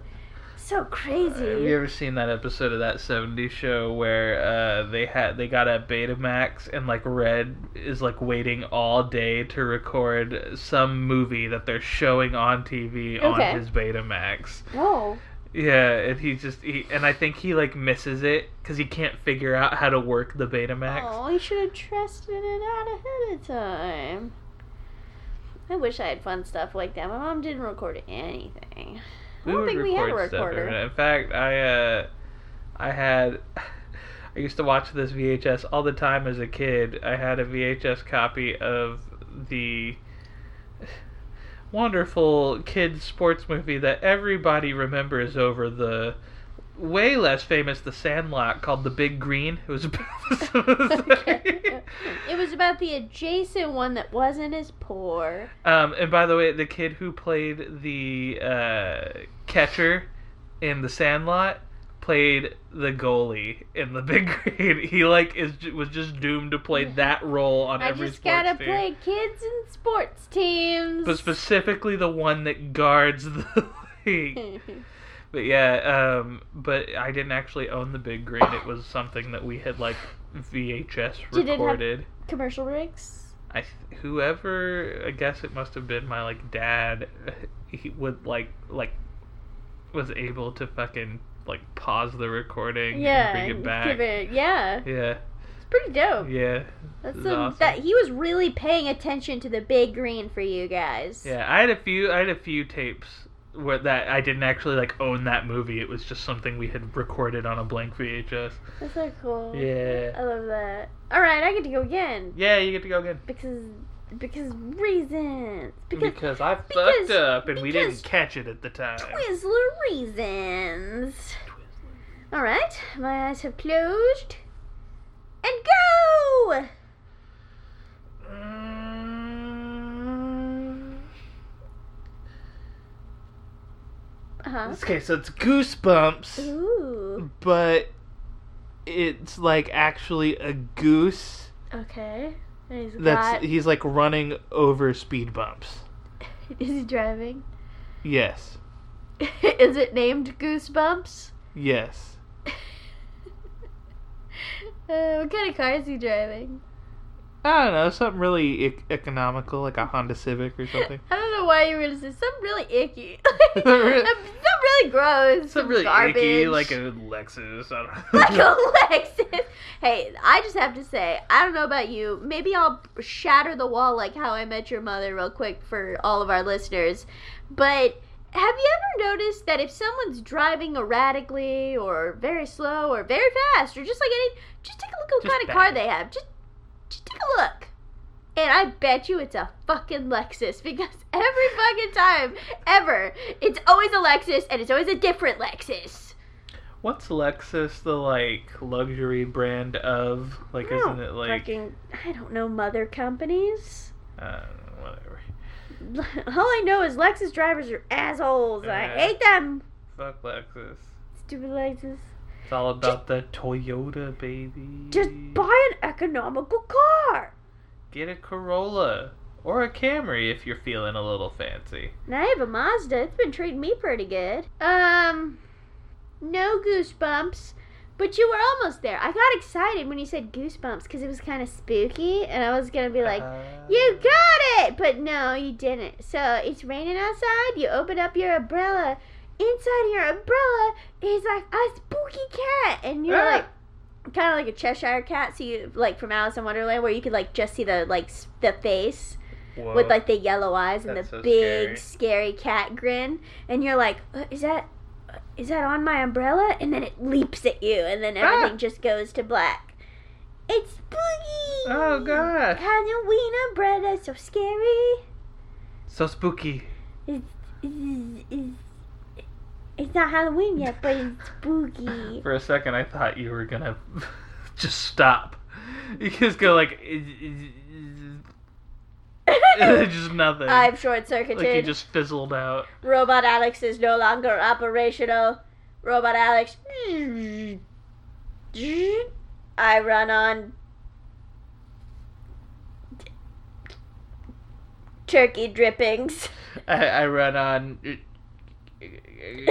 [SPEAKER 1] So crazy.
[SPEAKER 2] Have you ever seen that episode of that '70s show where uh, they had they got a Betamax and like Red is like waiting all day to record some movie that they're showing on TV
[SPEAKER 1] Okay.
[SPEAKER 2] on his Betamax?
[SPEAKER 1] Whoa.
[SPEAKER 2] Yeah, and he just he and I think he like misses it because he can't figure out how to work the Betamax.
[SPEAKER 1] Oh, he should have trusted it out ahead of time. I wish I had fun stuff like that. My mom didn't record anything. I don't
[SPEAKER 2] would
[SPEAKER 1] think we had a
[SPEAKER 2] record stuff every
[SPEAKER 1] recorder.
[SPEAKER 2] night. In fact, I uh, I had I used to watch this VHS all the time as a kid. I had a VHS copy of the wonderful kids sports movie that everybody remembers over the way less famous The Sandlot called The Big Green. It was about the same.
[SPEAKER 1] it was about the adjacent one that wasn't as poor.
[SPEAKER 2] Um, and by the way, the kid who played the uh, catcher in The Sandlot played the goalie in The Big Green. He like is was just doomed to play that role on
[SPEAKER 1] I
[SPEAKER 2] every
[SPEAKER 1] just
[SPEAKER 2] sports
[SPEAKER 1] gotta
[SPEAKER 2] team.
[SPEAKER 1] play kids and sports teams.
[SPEAKER 2] But specifically the one that guards the league. But yeah, um, but I didn't actually own The Big Green. It was something that we had like VHS
[SPEAKER 1] You didn't have-
[SPEAKER 2] recorded.
[SPEAKER 1] Commercial breaks.
[SPEAKER 2] I th- whoever I guess it must have been my like dad he would like like was able to fucking like pause the recording
[SPEAKER 1] Yeah,
[SPEAKER 2] and bring it
[SPEAKER 1] give
[SPEAKER 2] back.
[SPEAKER 1] it- yeah,
[SPEAKER 2] Yeah.
[SPEAKER 1] it's pretty dope.
[SPEAKER 2] Yeah.
[SPEAKER 1] That's
[SPEAKER 2] is
[SPEAKER 1] so,
[SPEAKER 2] awesome.
[SPEAKER 1] that he was really paying attention to the big green for you guys.
[SPEAKER 2] Yeah, I had a few I had a few tapes where that I didn't actually like own that movie. It was just something we had recorded on a blank VHS.
[SPEAKER 1] That's so cool. I
[SPEAKER 2] Yeah.
[SPEAKER 1] love that. All right, I get to go again
[SPEAKER 2] Yeah, you get to go again.
[SPEAKER 1] because because reasons because,
[SPEAKER 2] Because I
[SPEAKER 1] because-
[SPEAKER 2] fucked up and we
[SPEAKER 1] because-
[SPEAKER 2] didn't catch it at the time.
[SPEAKER 1] Twizzler reasons. All right, my eyes have closed and go.
[SPEAKER 2] Mm.
[SPEAKER 1] Uh huh.
[SPEAKER 2] Okay, so it's goosebumps,
[SPEAKER 1] Ooh.
[SPEAKER 2] but it's like actually a goose
[SPEAKER 1] Okay. And he's
[SPEAKER 2] that's e-
[SPEAKER 1] got-
[SPEAKER 2] he's like running over speed bumps.
[SPEAKER 1] Is he driving?
[SPEAKER 2] Yes.
[SPEAKER 1] Is it named Goosebumps?
[SPEAKER 2] Yes.
[SPEAKER 1] Uh, what kind of car is he driving?
[SPEAKER 2] I don't know, something really e- economical, like a Honda Civic or something.
[SPEAKER 1] I don't know why you were gonna say something really icky.
[SPEAKER 2] Really?
[SPEAKER 1] Something really gross.
[SPEAKER 2] Some really
[SPEAKER 1] garbage.
[SPEAKER 2] icky, like a Lexus. I
[SPEAKER 1] like
[SPEAKER 2] don't know.
[SPEAKER 1] a Lexus. Hey, I just have to say, I don't know about you. Maybe I'll shatter the wall like how I met your mother, real quick, for all of our listeners. But have you ever noticed that if someone's driving erratically or very slow or very fast or just like any, just take a look at what
[SPEAKER 2] Just
[SPEAKER 1] kind of car
[SPEAKER 2] bad.
[SPEAKER 1] they have. Just, just take a look. And I bet you it's a fucking Lexus because every fucking time, ever, it's always a Lexus and it's always a different Lexus.
[SPEAKER 2] What's Lexus the like luxury brand of? Like,
[SPEAKER 1] I
[SPEAKER 2] isn't
[SPEAKER 1] don't
[SPEAKER 2] it like
[SPEAKER 1] fucking I don't know mother companies.
[SPEAKER 2] uh, whatever?
[SPEAKER 1] All I know is Lexus drivers are assholes. I
[SPEAKER 2] Yeah.
[SPEAKER 1] hate them.
[SPEAKER 2] Fuck Lexus.
[SPEAKER 1] Stupid Lexus.
[SPEAKER 2] It's all about the Toyota, baby.
[SPEAKER 1] Just buy an economical car.
[SPEAKER 2] get a Corolla or a Camry if you're feeling a little fancy.
[SPEAKER 1] And I have a Mazda. It's been treating me pretty good. Um, no goosebumps, but you were almost there. I got excited when you said goosebumps because it was kind of spooky, and I was gonna be like,
[SPEAKER 2] Uh,
[SPEAKER 1] You got it! But no, you didn't. So it's raining outside, you open up your umbrella. Inside of your umbrella is like a spooky cat, and you're
[SPEAKER 2] Ah.
[SPEAKER 1] like kind of like a Cheshire cat. So you like from Alice in Wonderland, where you could like just see the like s- the face
[SPEAKER 2] whoa.
[SPEAKER 1] with like the yellow eyes and the
[SPEAKER 2] That's so
[SPEAKER 1] big scary. cat grin, and you're like, "Uh, is that uh, is that on my umbrella? And then it leaps at you, and then
[SPEAKER 2] Ah.
[SPEAKER 1] everything just goes to black. It's spooky.
[SPEAKER 2] Oh god,
[SPEAKER 1] Halloween umbrella, so scary.
[SPEAKER 2] so spooky.
[SPEAKER 1] It's, it's, it's not Halloween yet, but it's spooky.
[SPEAKER 2] For a second, I thought you were gonna just stop. You just go like, just nothing.
[SPEAKER 1] I'm short
[SPEAKER 2] like you
[SPEAKER 1] circuited.
[SPEAKER 2] just fizzled out.
[SPEAKER 1] Robot Alex is no longer operational. Robot Alex. I run on. Turkey drippings.
[SPEAKER 2] I, I run on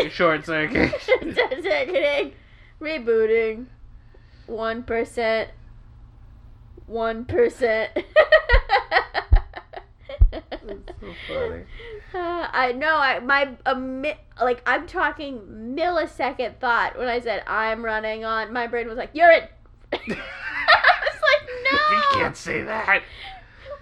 [SPEAKER 2] short circuit.
[SPEAKER 1] Start circuiting. Rebooting. One percent. One percent.
[SPEAKER 2] so funny.
[SPEAKER 1] Uh, I know. I my a mi- like I'm talking millisecond thought when I said I'm running on. My brain was like, "You're it." I was like, "No."
[SPEAKER 2] We can't say that.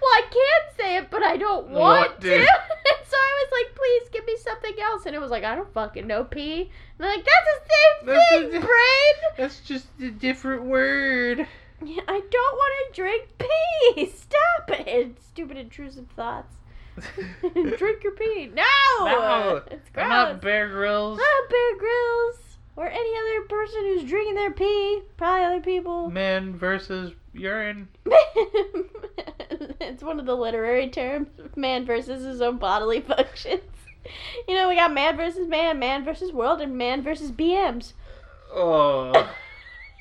[SPEAKER 1] Well, I can say it, but I don't want,
[SPEAKER 2] Want
[SPEAKER 1] to.
[SPEAKER 2] to.
[SPEAKER 1] And so I was like, please give me something else. And it was like, I don't fucking know pee. And I'm like, that's the
[SPEAKER 2] That's
[SPEAKER 1] same
[SPEAKER 2] the
[SPEAKER 1] thing,
[SPEAKER 2] same-
[SPEAKER 1] brain.
[SPEAKER 2] That's just a different word.
[SPEAKER 1] I don't want to drink pee. Stop it. Stupid intrusive thoughts. drink your pee. No.
[SPEAKER 2] No.
[SPEAKER 1] It's gross.
[SPEAKER 2] I'm not Bear Grylls.
[SPEAKER 1] Not Bear Grylls or any other person who's drinking their pee. Probably other people.
[SPEAKER 2] Man versus urine.
[SPEAKER 1] it's one of the literary terms man versus his own bodily functions. You know, we got man versus man, man versus world, and man versus BMs.
[SPEAKER 2] Oh.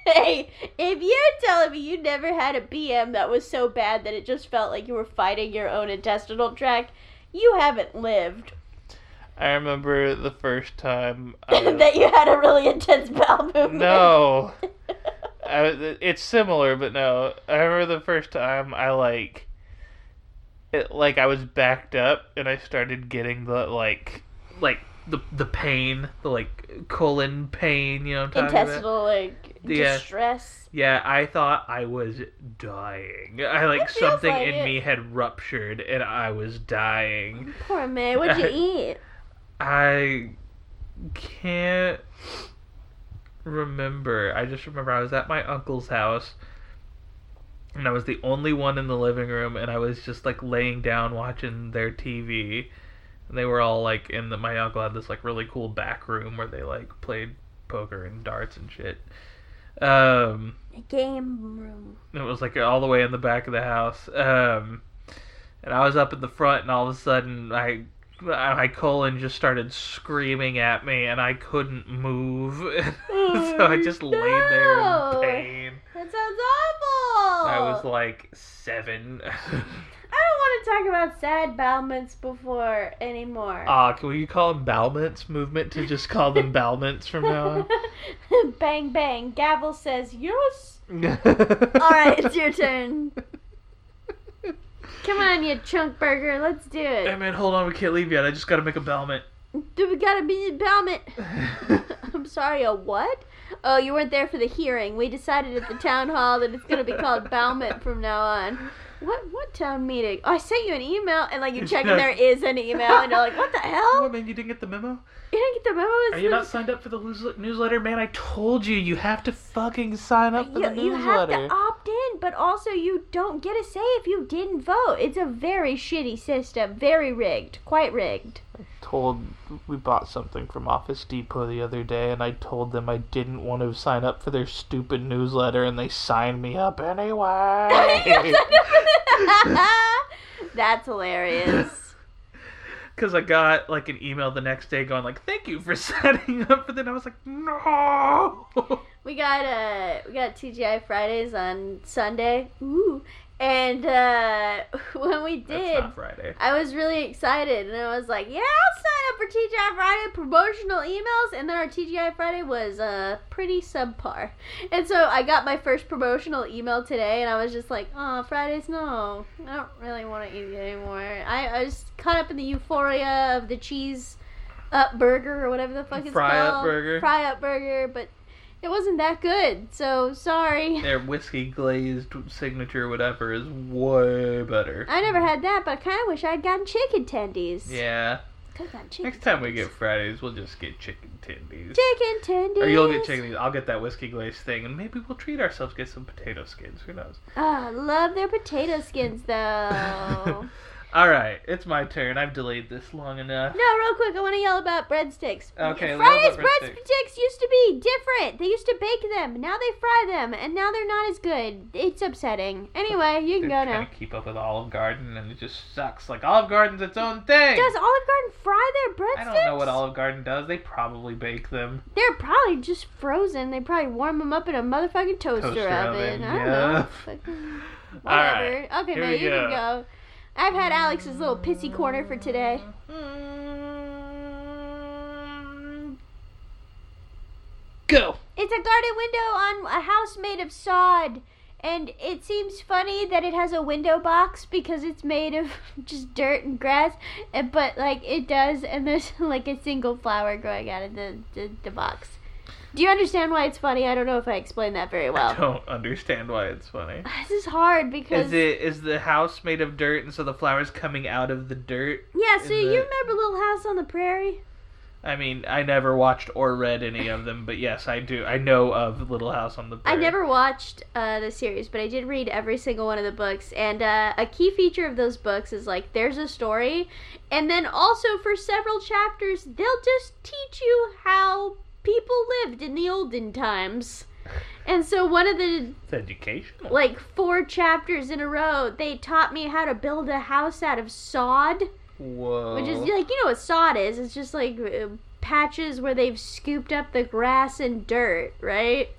[SPEAKER 1] Hey, if you're telling me you never had a BM that was so bad that it just felt like you were fighting your own intestinal tract, you haven't lived.
[SPEAKER 2] I remember the first time. I,
[SPEAKER 1] that you had a really intense bowel movement.
[SPEAKER 2] no. I, was- it's similar, but no. I remember the first time I like, it, like I was backed up and I started getting the like, like the the pain, the like colon pain. You know, what I'm talking about?
[SPEAKER 1] intestinal like
[SPEAKER 2] Yeah.
[SPEAKER 1] distress.
[SPEAKER 2] Yeah, I thought I was dying. I
[SPEAKER 1] It
[SPEAKER 2] like
[SPEAKER 1] feels
[SPEAKER 2] something
[SPEAKER 1] like
[SPEAKER 2] in
[SPEAKER 1] it.
[SPEAKER 2] me had ruptured and I was dying.
[SPEAKER 1] Poor man, what'd you eat?
[SPEAKER 2] I can't remember. I just remember I was at my uncle's house and I was the only one in the living room and I was just like laying down watching their TV. And they were all like in the my uncle had this like really cool back room where they like played poker and darts and shit. Um
[SPEAKER 1] A game room.
[SPEAKER 2] it was like all the way in the back of the house. Um, and I was up in the front, and all of a sudden, I my colon just started screaming at me, and I couldn't move. so I just laid there
[SPEAKER 1] Oh, no.
[SPEAKER 2] in pain.
[SPEAKER 1] That sounds awful.
[SPEAKER 2] I was like seven.
[SPEAKER 1] I don't want to talk about sad bowments before anymore.
[SPEAKER 2] Ah, can we call them Balments movement to just call them Balments from now
[SPEAKER 1] bang bang. Gavel says yes.
[SPEAKER 2] on?
[SPEAKER 1] All right, it's your turn. Come on, you chunk burger. Let's do
[SPEAKER 2] Hey
[SPEAKER 1] it.
[SPEAKER 2] man, hold on, we can't leave yet. I just gotta make a Balment.
[SPEAKER 1] Do we gotta be empowerment? I'm sorry, a what? Oh, you weren't there for the hearing. We decided at the town hall that it's gonna be called Baumet from now on. What what town meeting? Oh, I sent you an email, and like you check, and there is an email, and you're like, what the
[SPEAKER 2] oh,
[SPEAKER 1] hell?
[SPEAKER 2] man, you didn't get the memo?
[SPEAKER 1] You didn't get the memo.
[SPEAKER 2] Are you not signed up for the news- newsletter? Man, I told you, you have to fucking sign up for
[SPEAKER 1] you,
[SPEAKER 2] the
[SPEAKER 1] you have
[SPEAKER 2] newsletter.
[SPEAKER 1] to opt in, but also you don't get a say if you didn't vote. It's a very shitty system, very rigged, quite rigged.
[SPEAKER 2] told we bought something from Office Depot the other day, and I told them I didn't want to sign up for their stupid newsletter, and they signed me up anyway.
[SPEAKER 1] That's hilarious.
[SPEAKER 2] Because I got like an email the next day going like, "Thank you for signing up," but then I was like, "No."
[SPEAKER 1] We got uh we got TGI Fridays on Sunday. Ooh. And uh when we
[SPEAKER 2] That's
[SPEAKER 1] did
[SPEAKER 2] not Friday.
[SPEAKER 1] I was really excited and I was like, Yeah, I'll sign up for TGI Friday promotional emails and then our TGI Friday was uh pretty subpar. And so I got my first promotional email today and I was just like, Oh, Fridays no. I don't really want to eat it anymore. I, I was caught up in the euphoria of the cheese up burger or whatever the fuck it's
[SPEAKER 2] Fry
[SPEAKER 1] called.
[SPEAKER 2] Up Burger.
[SPEAKER 1] Fry up burger, but it wasn't that good, so sorry.
[SPEAKER 2] Their whiskey glazed signature whatever is way better.
[SPEAKER 1] I never had that, but I kind of wish I'd gotten chicken tendies.
[SPEAKER 2] Yeah.
[SPEAKER 1] Could've gotten chicken
[SPEAKER 2] Next time we
[SPEAKER 1] tendies.
[SPEAKER 2] get Fridays, we'll just get chicken tendies.
[SPEAKER 1] Chicken tendies.
[SPEAKER 2] Or you'll get chicken tendies. I'll get that whiskey glazed thing, and maybe we'll treat ourselves, get some potato skins. Who knows?
[SPEAKER 1] Ah, love their potato skins though.
[SPEAKER 2] All right, it's my turn. I've delayed this long enough.
[SPEAKER 1] no, real quick, I want to yell about breadsticks.
[SPEAKER 2] Okay, yell
[SPEAKER 1] Friday's
[SPEAKER 2] about breadsticks.
[SPEAKER 1] breadsticks used to be different. They used to bake them. Now they fry them, and now they're not as good. It's upsetting. Anyway, you can
[SPEAKER 2] They're
[SPEAKER 1] go
[SPEAKER 2] trying
[SPEAKER 1] now.
[SPEAKER 2] to keep up with Olive Garden, and it just sucks. Like Olive Garden's its own thing.
[SPEAKER 1] Does Olive Garden fry their breadsticks?
[SPEAKER 2] I don't know what Olive Garden does. They probably bake them.
[SPEAKER 1] They're probably just frozen. They probably warm them up in a motherfucking toaster,
[SPEAKER 2] Toaster oven,
[SPEAKER 1] oven. I don't
[SPEAKER 2] yeah.
[SPEAKER 1] know. Fucking
[SPEAKER 2] All right,
[SPEAKER 1] whatever. okay,
[SPEAKER 2] here
[SPEAKER 1] now
[SPEAKER 2] we
[SPEAKER 1] you
[SPEAKER 2] go.
[SPEAKER 1] can go. I've had Alex's little pissy corner for today.
[SPEAKER 2] Mm. Go.
[SPEAKER 1] It's a garden window on a house made of sod. And it seems funny that it has a window box because it's made of just dirt and grass. And, but, like, it does, and there's, like, a single flower growing out of the, the, the box. Do you understand why it's funny? I don't know if I explained that very
[SPEAKER 2] I
[SPEAKER 1] well.
[SPEAKER 2] don't understand why it's funny.
[SPEAKER 1] This is hard because.
[SPEAKER 2] Is it is the house made of dirt, and so the flowers coming out of the dirt?
[SPEAKER 1] yeah, so
[SPEAKER 2] is
[SPEAKER 1] you
[SPEAKER 2] it-
[SPEAKER 1] remember Little House on the Prairie?
[SPEAKER 2] I mean, I never watched or read any of them, but yes, I do. I know of Little House on the
[SPEAKER 1] I
[SPEAKER 2] Prairie.
[SPEAKER 1] never watched uh, the series, but I did read every single one of the books. And uh, a key feature of those books is like there's a story, and then also for several chapters, they'll just teach you how people lived in the olden times. And so one of the
[SPEAKER 2] It's educational.
[SPEAKER 1] like four chapters in a row, they taught me how to build a house out of sod.
[SPEAKER 2] Whoa.
[SPEAKER 1] Which is like you know what sod is? It's just like uh, patches where they've scooped up the grass and dirt, right?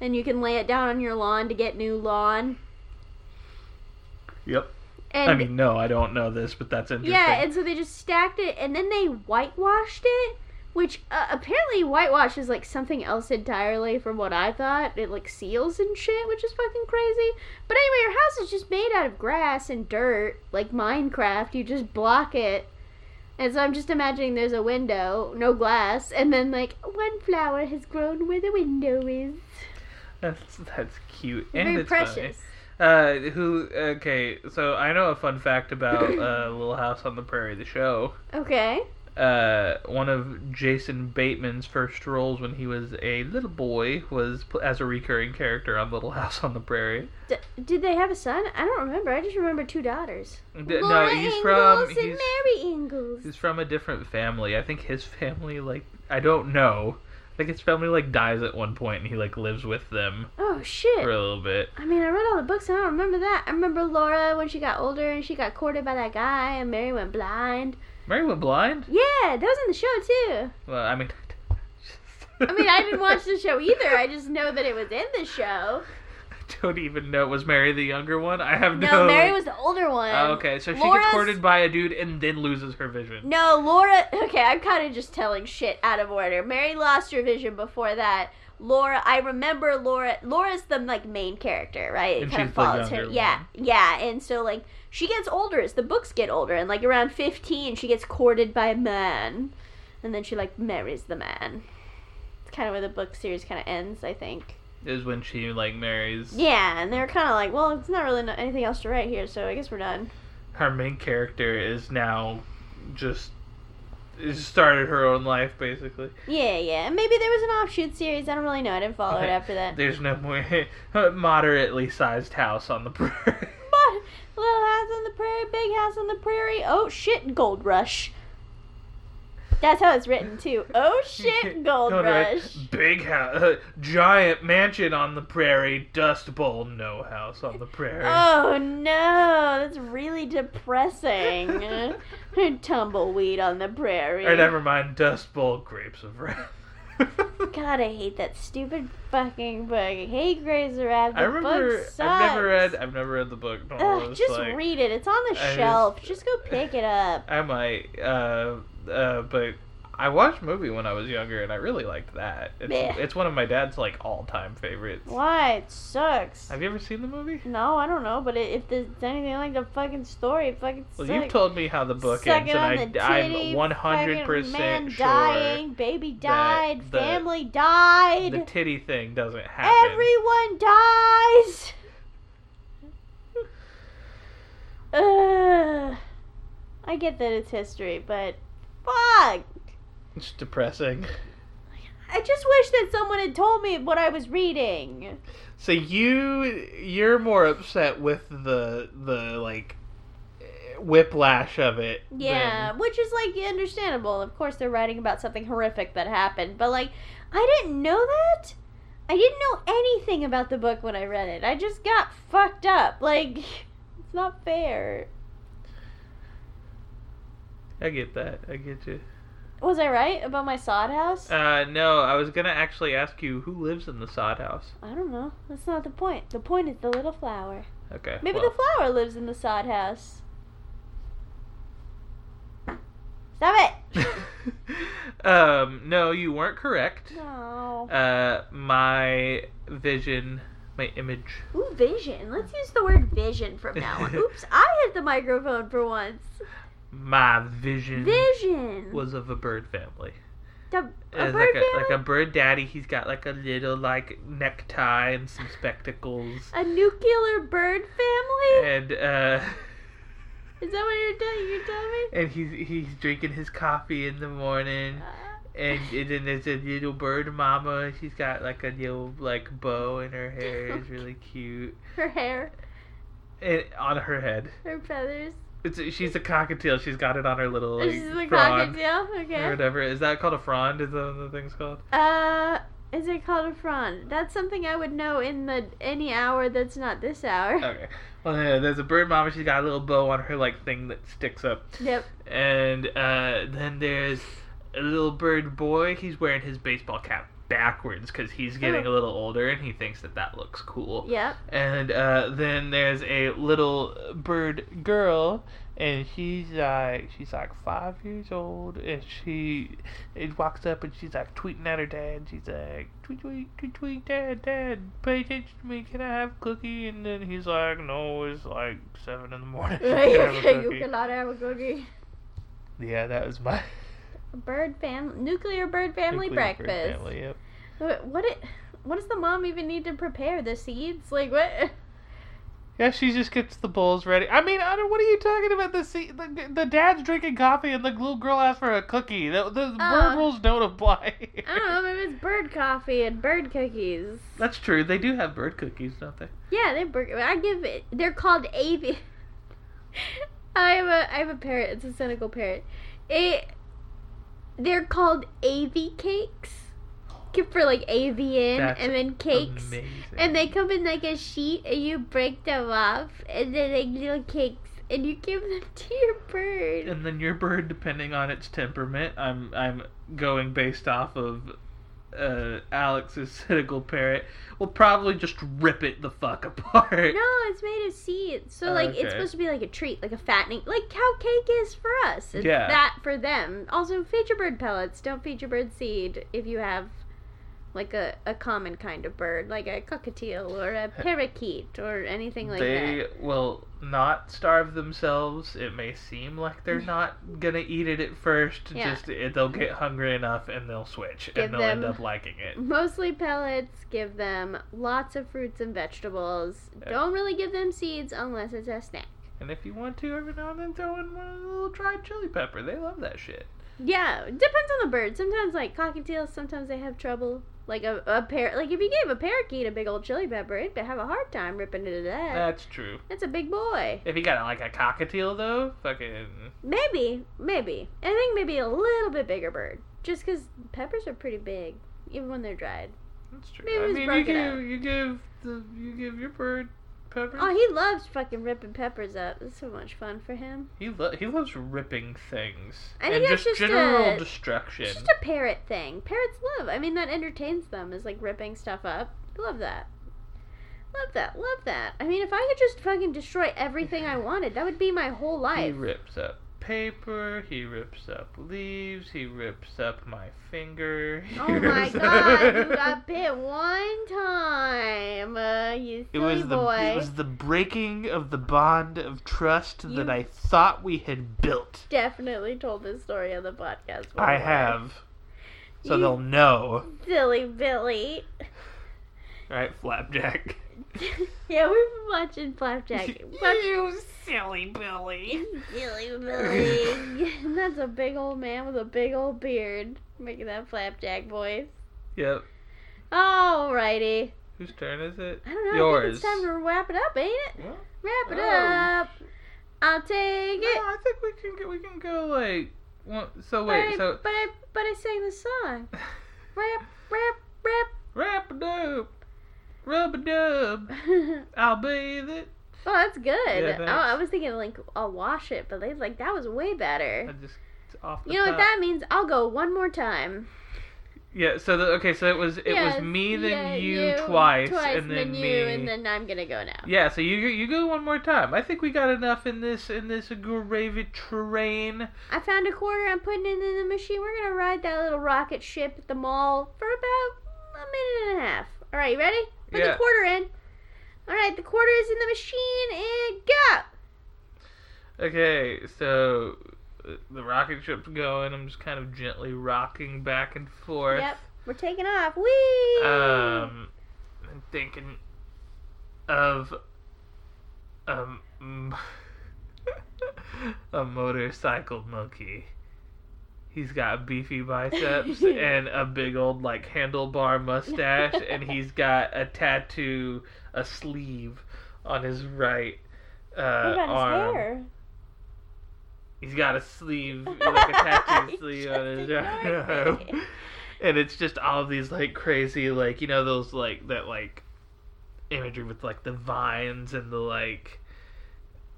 [SPEAKER 1] And you can lay it down on your lawn to get new lawn.
[SPEAKER 2] Yep.
[SPEAKER 1] And
[SPEAKER 2] I mean, no, I don't know this, but that's interesting.
[SPEAKER 1] yeah, and so they just stacked it and then they whitewashed it, which uh, apparently whitewash is like something else entirely from what I thought. It like seals and shit, which is fucking crazy. But anyway, your house is just made out of grass and dirt, like Minecraft. You just block it. And so I'm just imagining there's a window, no glass, and then like one flower has grown where the window is.
[SPEAKER 2] that's that's cute and
[SPEAKER 1] Very
[SPEAKER 2] it's
[SPEAKER 1] precious.
[SPEAKER 2] funny. Uh, who? Okay, so I know a fun fact about uh, Little House on the Prairie, the show.
[SPEAKER 1] Okay.
[SPEAKER 2] Uh, one of Jason Bateman's first roles when he was a little boy was pl- as a recurring character on Little House on the Prairie.
[SPEAKER 1] D- did they have a son? I don't remember. I just remember two daughters.
[SPEAKER 2] D-
[SPEAKER 1] Laura
[SPEAKER 2] no, he's
[SPEAKER 1] Ingalls
[SPEAKER 2] from
[SPEAKER 1] and
[SPEAKER 2] he's,
[SPEAKER 1] Mary Ingalls.
[SPEAKER 2] he's from a different family. I think his family like I don't know. I think his family like dies at one point, and he like lives with them
[SPEAKER 1] Oh shit!
[SPEAKER 2] for a little bit.
[SPEAKER 1] I mean, I read all the books and I don't remember that. I remember Laura when she got older and she got courted by that guy and Mary went blind.
[SPEAKER 2] Mary went blind.
[SPEAKER 1] Yeah, that was in the show too.
[SPEAKER 2] Well, I mean,
[SPEAKER 1] I mean, I didn't watch the show either. I just know that it was in the show.
[SPEAKER 2] don't even know. Was Mary the younger one? I have no.
[SPEAKER 1] No, Mary was the older one.
[SPEAKER 2] Oh, okay, so she
[SPEAKER 1] Laura's-
[SPEAKER 2] gets courted by a dude and then loses her vision.
[SPEAKER 1] No, Laura. Okay, I'm kind of just telling shit out of order. Mary lost her vision before that. Laura, I remember Laura. Laura's the like main character, right?
[SPEAKER 2] And she's the younger
[SPEAKER 1] Yeah, yeah. And so like she gets older as the books get older, and like around 15, she gets courted by a man. and then she like marries the man. It's kind of where the book series kind of ends, I think.
[SPEAKER 2] Is when she like marries
[SPEAKER 1] Yeah, and they were kind of like, well, it's not really no- anything else to write here, so I guess we're done.
[SPEAKER 2] her main character is now just is started her own life basically.
[SPEAKER 1] Yeah, yeah. And maybe there was an offshoot series. I don't really know. I didn't follow it after that.
[SPEAKER 2] There's no more moderately sized house on the prairie.
[SPEAKER 1] But little house on the prairie, big house on the prairie. Oh shit, gold rush. That's how it's written too. Oh shit, gold
[SPEAKER 2] Going to a
[SPEAKER 1] rush.
[SPEAKER 2] Big house, giant mansion on the prairie, dust bowl, no house on the prairie.
[SPEAKER 1] Oh no, that's really depressing. Tumbleweed on the prairie.
[SPEAKER 2] or never mind, dust bowl, grapes of wrath.
[SPEAKER 1] God, I hate that stupid fucking book. I hate Gray's Rap. The
[SPEAKER 2] I remember.
[SPEAKER 1] book sucks.
[SPEAKER 2] I've never read. I've never read the book. Don't know what
[SPEAKER 1] Ugh,
[SPEAKER 2] it's
[SPEAKER 1] just
[SPEAKER 2] like.
[SPEAKER 1] read it. It's on the
[SPEAKER 2] I
[SPEAKER 1] shelf.
[SPEAKER 2] just-
[SPEAKER 1] Just go pick it up.
[SPEAKER 2] I might. Uh, uh, but I watched a movie when I was younger, and I really liked that. It's,
[SPEAKER 1] Bleh.
[SPEAKER 2] it's one of my dad's like all-time favorites.
[SPEAKER 1] Why? It sucks.
[SPEAKER 2] Have you ever seen the movie?
[SPEAKER 1] No, I don't know, but i if there's anything like the fucking story, it fucking
[SPEAKER 2] Well,
[SPEAKER 1] sucks.
[SPEAKER 2] you've told me how the book ends,
[SPEAKER 1] Suck it
[SPEAKER 2] and
[SPEAKER 1] on
[SPEAKER 2] I,
[SPEAKER 1] the titty,
[SPEAKER 2] I'm 100
[SPEAKER 1] fucking man
[SPEAKER 2] percent sure
[SPEAKER 1] dying, baby died,
[SPEAKER 2] the-
[SPEAKER 1] family
[SPEAKER 2] the
[SPEAKER 1] died,
[SPEAKER 2] titty thing doesn't happen.
[SPEAKER 1] everyone dies. Ugh. I get that it's history, but fuck.
[SPEAKER 2] It's depressing.
[SPEAKER 1] I just wish that someone had told me what I was reading.
[SPEAKER 2] So you you're more upset with the the like whiplash of it.
[SPEAKER 1] Yeah,
[SPEAKER 2] than-
[SPEAKER 1] which is like understandable. Of course, they're writing about something horrific that happened, but like, I didn't know that. I didn't know anything about the book when I read it. I just got fucked up. Like, it's not fair.
[SPEAKER 2] I get that. I get you.
[SPEAKER 1] Was I right about my sod house?
[SPEAKER 2] Uh, no, I was gonna actually ask you who lives in the sod house.
[SPEAKER 1] I don't know. That's not the point. The point is the little flower.
[SPEAKER 2] Okay.
[SPEAKER 1] Maybe
[SPEAKER 2] well,
[SPEAKER 1] the flower lives in the sod house. Stop it!
[SPEAKER 2] um, no, you weren't correct.
[SPEAKER 1] No.
[SPEAKER 2] Uh, my vision, my image.
[SPEAKER 1] Ooh, vision. Let's use the word vision from now on. Oops, I hit the microphone for once.
[SPEAKER 2] My vision
[SPEAKER 1] Vision.
[SPEAKER 2] Mm-hmm. was of a bird family.
[SPEAKER 1] the, a
[SPEAKER 2] It's like
[SPEAKER 1] bird
[SPEAKER 2] a like a
[SPEAKER 1] family?
[SPEAKER 2] bird daddy. He's got like a little like necktie and some spectacles.
[SPEAKER 1] a, nuclear bird family?
[SPEAKER 2] and uh
[SPEAKER 1] Is that what you're telling you're telling me?
[SPEAKER 2] and he's he's drinking his coffee in the morning
[SPEAKER 1] Uh,
[SPEAKER 2] and, and then there's a little bird mama she's got like a little like bow in her hair it's really cute
[SPEAKER 1] her hair,
[SPEAKER 2] and on her head
[SPEAKER 1] her feathers.
[SPEAKER 2] it's she's a cockatiel she's got it on her little like,
[SPEAKER 1] This is the
[SPEAKER 2] frond
[SPEAKER 1] cockatiel.
[SPEAKER 2] or
[SPEAKER 1] Okay.
[SPEAKER 2] whatever is that called a frond is that what the thing's called
[SPEAKER 1] Uh, is it called a frond? That's something I would know in the any hour that's not this hour.
[SPEAKER 2] okay well yeah, there's a bird mama she's got a little bow on her like thing that sticks up
[SPEAKER 1] Yep.
[SPEAKER 2] and uh, then there's a little bird boy. He's wearing his baseball cap backwards because he's getting a little older and he thinks that that looks cool.
[SPEAKER 1] Yep.
[SPEAKER 2] And uh, then there's a little bird girl, and she's like she's like five years old, and she it walks up and she's like tweeting at her dad. She's like tweet tweet tweet tweet dad dad pay attention to me. Can I have a cookie? And then he's like no, it's like seven in the morning. Can I have a
[SPEAKER 1] okay, you
[SPEAKER 2] cookie?"
[SPEAKER 1] cannot have a cookie.
[SPEAKER 2] Yeah, that was my.
[SPEAKER 1] Bird fam, nuclear bird
[SPEAKER 2] Nuclear
[SPEAKER 1] family
[SPEAKER 2] bird
[SPEAKER 1] breakfast.
[SPEAKER 2] family, yep.
[SPEAKER 1] What what, it, what does the mom even need to prepare the seeds? Like what?
[SPEAKER 2] Yeah, she just gets the bowls ready. I mean, I don't, what are you talking about? The, se- the the dad's drinking coffee and the little girl asks for a cookie. The, the
[SPEAKER 1] Uh.
[SPEAKER 2] bird rules don't apply. here.
[SPEAKER 1] I don't know. Maybe it's bird coffee and bird cookies.
[SPEAKER 2] That's true. They do have bird cookies, don't they?
[SPEAKER 1] Yeah, they bird. I give it. They're called avian. I have a I have a parrot. It's a cynical parrot. It. They're called avy cakes, for like avian,
[SPEAKER 2] That's
[SPEAKER 1] and then cakes.
[SPEAKER 2] Amazing.
[SPEAKER 1] And they come in like a sheet, and you break them off, and they're like little cakes, and you give them to your bird.
[SPEAKER 2] and then your bird, depending on its temperament, I'm I'm going based off of uh, Alex's cynical parrot, will probably just rip it the fuck apart.
[SPEAKER 1] No, it's made of seeds. So like
[SPEAKER 2] Okay.
[SPEAKER 1] it's supposed to be like a treat, like a fattening, like cow cake is for us. It's
[SPEAKER 2] Yeah.
[SPEAKER 1] that for them. Also, feed your bird pellets. Don't feed your bird seed if you have like a, a common kind of bird, like a cockatiel or a parakeet or anything like
[SPEAKER 2] they
[SPEAKER 1] that.
[SPEAKER 2] will not starve themselves. It may seem like they're not gonna eat it at first.
[SPEAKER 1] Yeah.
[SPEAKER 2] Just it, they'll get hungry enough and they'll switch
[SPEAKER 1] Give
[SPEAKER 2] and they'll end
[SPEAKER 1] them-
[SPEAKER 2] up liking it.
[SPEAKER 1] Mostly pellets, give them lots of fruits and vegetables.
[SPEAKER 2] Eh.
[SPEAKER 1] Don't really give them seeds unless it's a snack.
[SPEAKER 2] And if you want to, every now and then throw in one little dried chili pepper. They love that shit.
[SPEAKER 1] Yeah, it depends on the bird. Sometimes, like cockatiels, sometimes they have trouble. Like a, a par like if you gave a parakeet a big old chili pepper, it'd have a hard time ripping it to death.
[SPEAKER 2] That's true.
[SPEAKER 1] That's a big boy.
[SPEAKER 2] If you got like a cockatiel though, fucking
[SPEAKER 1] Maybe, maybe. I think maybe a little bit bigger bird, just because peppers are pretty big, even when they're dried.
[SPEAKER 2] that's true.
[SPEAKER 1] Maybe
[SPEAKER 2] I
[SPEAKER 1] just
[SPEAKER 2] mean, you
[SPEAKER 1] break it
[SPEAKER 2] give
[SPEAKER 1] out.
[SPEAKER 2] you give the you give your bird pepper.
[SPEAKER 1] Oh, he loves fucking ripping peppers up. It's so much fun for him.
[SPEAKER 2] he lo- he loves ripping things
[SPEAKER 1] I think
[SPEAKER 2] and
[SPEAKER 1] that's
[SPEAKER 2] just,
[SPEAKER 1] just
[SPEAKER 2] general
[SPEAKER 1] a-
[SPEAKER 2] destruction.
[SPEAKER 1] It's just a parrot thing. Parrots love. I mean, that entertains them is like ripping stuff up. Love that. Love that. Love that. I mean, if I could just fucking destroy everything I wanted, that would be my whole
[SPEAKER 2] He
[SPEAKER 1] life.
[SPEAKER 2] rips up paper. He rips up leaves. He rips up my finger. he
[SPEAKER 1] Oh my
[SPEAKER 2] rips up-
[SPEAKER 1] god, you got bit one time. Uh, you
[SPEAKER 2] It
[SPEAKER 1] silly
[SPEAKER 2] was the
[SPEAKER 1] boy.
[SPEAKER 2] it was the breaking of the bond of trust that
[SPEAKER 1] You-
[SPEAKER 2] I thought we had built.
[SPEAKER 1] Definitely told this story on the podcast.
[SPEAKER 2] I
[SPEAKER 1] before.
[SPEAKER 2] have, so
[SPEAKER 1] You-
[SPEAKER 2] they'll know.
[SPEAKER 1] Silly Billy.
[SPEAKER 2] All right, flapjack.
[SPEAKER 1] yeah, we've been watching Flapjack. Watch-
[SPEAKER 2] silly Billy.
[SPEAKER 1] Silly Billy. and that's a big old man with a big old beard making that Flapjack voice.
[SPEAKER 2] Yep.
[SPEAKER 1] Alrighty.
[SPEAKER 2] Whose turn is it?
[SPEAKER 1] I don't know. I think
[SPEAKER 2] Yours.
[SPEAKER 1] it's time to wrap it up, ain't it?
[SPEAKER 2] Well,
[SPEAKER 1] Wrap it
[SPEAKER 2] Oh.
[SPEAKER 1] up. I'll take
[SPEAKER 2] no,
[SPEAKER 1] it.
[SPEAKER 2] I think we can go- we can go like. One, so
[SPEAKER 1] but,
[SPEAKER 2] wait,
[SPEAKER 1] I,
[SPEAKER 2] so
[SPEAKER 1] but I but I sang the song. Rap, rap, rap.
[SPEAKER 2] Rap a dub, rub a dub.
[SPEAKER 1] oh,
[SPEAKER 2] I'll bathe it.
[SPEAKER 1] that's good.
[SPEAKER 2] Yeah,
[SPEAKER 1] oh,
[SPEAKER 2] thanks.
[SPEAKER 1] I was thinking like I'll wash it, but they was like that was way
[SPEAKER 2] I
[SPEAKER 1] better.
[SPEAKER 2] just it's off. The
[SPEAKER 1] You know what
[SPEAKER 2] top.
[SPEAKER 1] that means? I'll go one more time.
[SPEAKER 2] Yeah. So the, okay. So it was it
[SPEAKER 1] Yes,
[SPEAKER 2] was me then
[SPEAKER 1] yeah,
[SPEAKER 2] you, twice, and then,
[SPEAKER 1] you,
[SPEAKER 2] me.
[SPEAKER 1] and then I'm gonna go now.
[SPEAKER 2] yeah. So you you go one more time. I think we got enough in this in this gravy train.
[SPEAKER 1] I found a quarter. I'm putting it in the machine. We're gonna ride that little rocket ship at the mall for about a minute and a half. All right, you ready? Put
[SPEAKER 2] Yeah.
[SPEAKER 1] the quarter in. All right, the quarter is in the machine and go.
[SPEAKER 2] Okay. So uh, the rocket ship's going. I'm just kind of gently rocking back and forth.
[SPEAKER 1] Yep, we're taking off. Whee!
[SPEAKER 2] Um, I'm thinking of um m- a motorcycle monkey. He's got beefy biceps and a big old like handlebar mustache, and he's got a tattoo, a sleeve on his right uh,
[SPEAKER 1] what about
[SPEAKER 2] arm.
[SPEAKER 1] his hair?
[SPEAKER 2] He's got a sleeve, like a tattoo
[SPEAKER 1] You
[SPEAKER 2] sleeve
[SPEAKER 1] just
[SPEAKER 2] on his
[SPEAKER 1] ignored
[SPEAKER 2] arm.
[SPEAKER 1] me.
[SPEAKER 2] and it's just all of these like crazy, like you know those like that like imagery with like the vines and the like.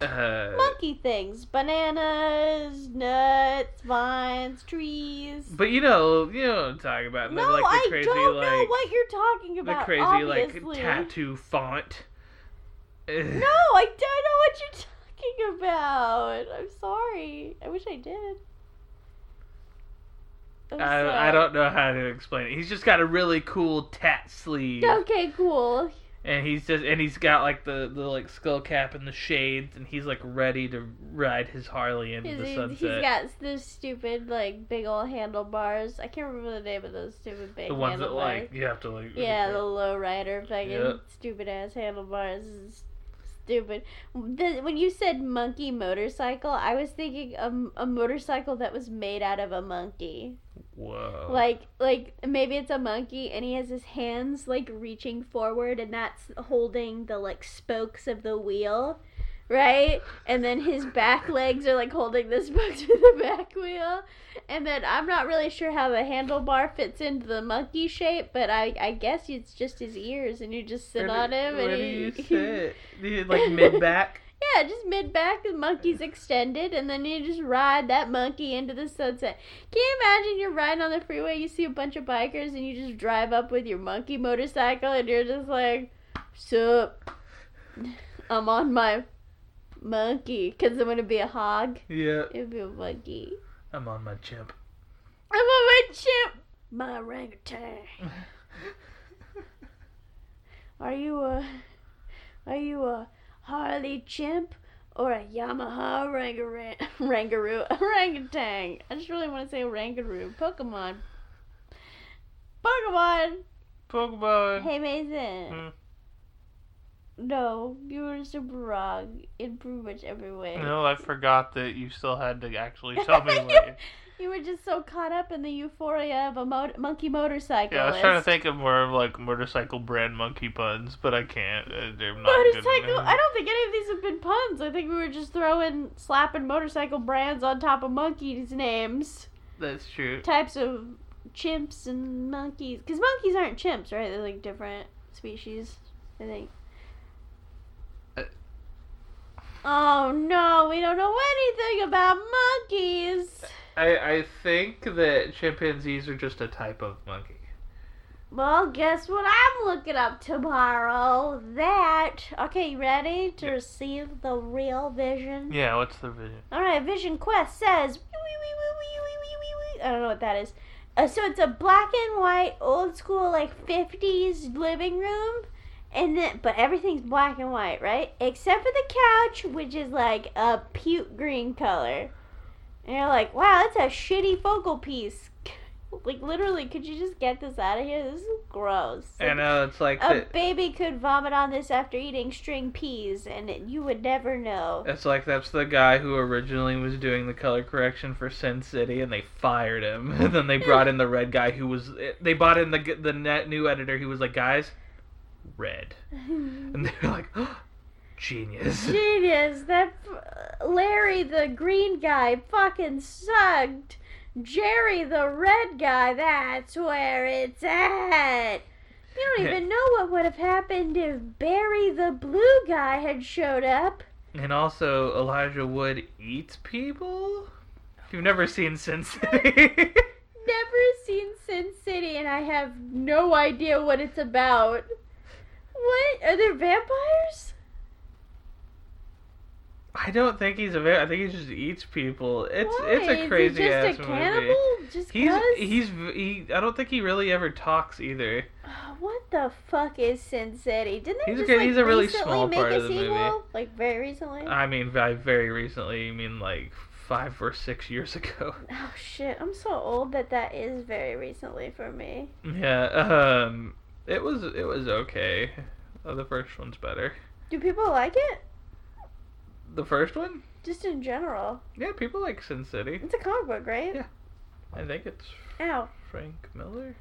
[SPEAKER 2] Uh,
[SPEAKER 1] Monkey things, bananas, nuts, vines, trees.
[SPEAKER 2] but you know, you know what I'm talking about. And
[SPEAKER 1] no,
[SPEAKER 2] then, like,
[SPEAKER 1] I
[SPEAKER 2] the crazy,
[SPEAKER 1] don't
[SPEAKER 2] like,
[SPEAKER 1] know what you're talking
[SPEAKER 2] the
[SPEAKER 1] about.
[SPEAKER 2] crazy
[SPEAKER 1] obviously.
[SPEAKER 2] like tattoo font.
[SPEAKER 1] No, I don't know what you're talking about. I'm sorry. I wish I did. I'm
[SPEAKER 2] I, I
[SPEAKER 1] sorry.
[SPEAKER 2] don't know how to explain it. He's just got a really cool tat sleeve.
[SPEAKER 1] Okay, cool.
[SPEAKER 2] and he's just and he's got like the, the like skull cap and the shades and he's like ready to ride his harley into
[SPEAKER 1] He's,
[SPEAKER 2] the
[SPEAKER 1] he's-
[SPEAKER 2] sunset
[SPEAKER 1] he's got those stupid like big old handlebars. I can't remember the name of those stupid big
[SPEAKER 2] the ones that
[SPEAKER 1] handlebars.
[SPEAKER 2] like you have to like
[SPEAKER 1] Yeah, the lowrider fucking
[SPEAKER 2] Yeah.
[SPEAKER 1] stupid ass handlebars. is Stupid. The, when you said monkey motorcycle, I was thinking of a motorcycle that was made out of a monkey.
[SPEAKER 2] whoa
[SPEAKER 1] Like, like maybe it's a monkey and he has his hands like reaching forward and that's holding the like spokes of the wheel, right? And then his back legs are like holding the spokes of the back wheel. And then I'm not really sure how the handlebar fits into the monkey shape, but I I guess it's just his ears and you just sit
[SPEAKER 2] Where do-
[SPEAKER 1] on him
[SPEAKER 2] where
[SPEAKER 1] and
[SPEAKER 2] do
[SPEAKER 1] he,
[SPEAKER 2] you sit You- like mid back
[SPEAKER 1] yeah, just mid back, the monkey's extended, and then you just ride that monkey into the sunset. Can you imagine you're riding on the freeway, you see a bunch of bikers, and you just drive up with your monkey motorcycle, and you're just like, Sup, I'm on my monkey, because I'm going to be a hog.
[SPEAKER 2] yeah
[SPEAKER 1] It'll be a monkey.
[SPEAKER 2] i'm on my chimp
[SPEAKER 1] I'm on my chimp, my orangutan. Are you a are you a Harley chimp or a Yamaha rangaroo rangaroo orangutan? I just really want to say rangaroo Pokemon. Pokemon.
[SPEAKER 2] Pokemon.
[SPEAKER 1] Hey Mason.
[SPEAKER 2] Hmm.
[SPEAKER 1] No, you were super wrong in pretty much every way.
[SPEAKER 2] No, I forgot that you still had to actually tell me what. You...
[SPEAKER 1] You were just so caught up in the euphoria of a mo- monkey motorcycle.
[SPEAKER 2] Yeah, I was
[SPEAKER 1] list.
[SPEAKER 2] trying to think of more of like motorcycle brand monkey puns, but I can't. Uh, They're not good
[SPEAKER 1] Motorcycle.
[SPEAKER 2] enough.
[SPEAKER 1] I don't think any of these have been puns. I think we were just throwing, slapping motorcycle brands on top of monkeys' names,
[SPEAKER 2] That's true.
[SPEAKER 1] types of chimps and monkeys. Because monkeys aren't chimps, right? They're like different species. I think.
[SPEAKER 2] Uh.
[SPEAKER 1] Oh no, we don't know anything about monkeys.
[SPEAKER 2] I I think that chimpanzees are just a type of monkey.
[SPEAKER 1] Well, guess what I'm looking up tomorrow? That. Okay, you ready to
[SPEAKER 2] Yeah.
[SPEAKER 1] receive the real vision?
[SPEAKER 2] Yeah, what's the vision?
[SPEAKER 1] Alright, Vision Quest says. "Wee, wee, wee, wee, wee, wee, wee, wee, wee." I don't know what that is. Uh, so it's a black and white, old school, like 50s living room. And then, but everything's black and white, right? Except for the couch, which is like a puke green color. And you're like, wow, that's a shitty focal piece. like, literally, could you just get this out of here? This is gross.
[SPEAKER 2] I know uh, it's like um,
[SPEAKER 1] a
[SPEAKER 2] that.
[SPEAKER 1] baby could vomit on this after eating string peas, and it, you would never know.
[SPEAKER 2] It's like that's the guy who originally was doing the color correction for Sin City, and they fired him. And then they brought in the red guy who was. They brought in the g- the net new editor who was like, guys, red, and they're like, "Oh, genius.
[SPEAKER 1] Genius, that f- Larry the green guy fucking sucked. Jerry the red guy, that's where it's at. You don't even know what would have happened if Barry the blue guy had showed up.
[SPEAKER 2] And also, Elijah Wood eats people? If you've never seen Sin City.
[SPEAKER 1] Never seen Sin City, and I have no idea what it's about. What? Are there vampires?
[SPEAKER 2] I don't think he's a vampire. I think he just eats people. It's
[SPEAKER 1] Why?
[SPEAKER 2] it's
[SPEAKER 1] Is
[SPEAKER 2] a
[SPEAKER 1] he
[SPEAKER 2] crazy ass
[SPEAKER 1] just a
[SPEAKER 2] movie.
[SPEAKER 1] cannibal? Just
[SPEAKER 2] He's
[SPEAKER 1] 'cause?
[SPEAKER 2] he's v- he. I don't think he really ever talks either.
[SPEAKER 1] Oh, What the fuck is Sin City? Didn't they
[SPEAKER 2] He's a
[SPEAKER 1] just
[SPEAKER 2] good-
[SPEAKER 1] like
[SPEAKER 2] he's a really
[SPEAKER 1] recently
[SPEAKER 2] small
[SPEAKER 1] make
[SPEAKER 2] part
[SPEAKER 1] a
[SPEAKER 2] of the
[SPEAKER 1] sequel?
[SPEAKER 2] movie.
[SPEAKER 1] Like very recently?
[SPEAKER 2] I mean, by very recently, you mean like five or six years ago.
[SPEAKER 1] oh shit, I'm so old that that is very recently for me.
[SPEAKER 2] Yeah. Um. It was it was okay. Uh, the first one's better.
[SPEAKER 1] Do people like it?
[SPEAKER 2] The first one?
[SPEAKER 1] Just in general.
[SPEAKER 2] Yeah, people like Sin City.
[SPEAKER 1] It's a comic book, right?
[SPEAKER 2] Yeah. I think it's
[SPEAKER 1] Ow.
[SPEAKER 2] Frank Miller.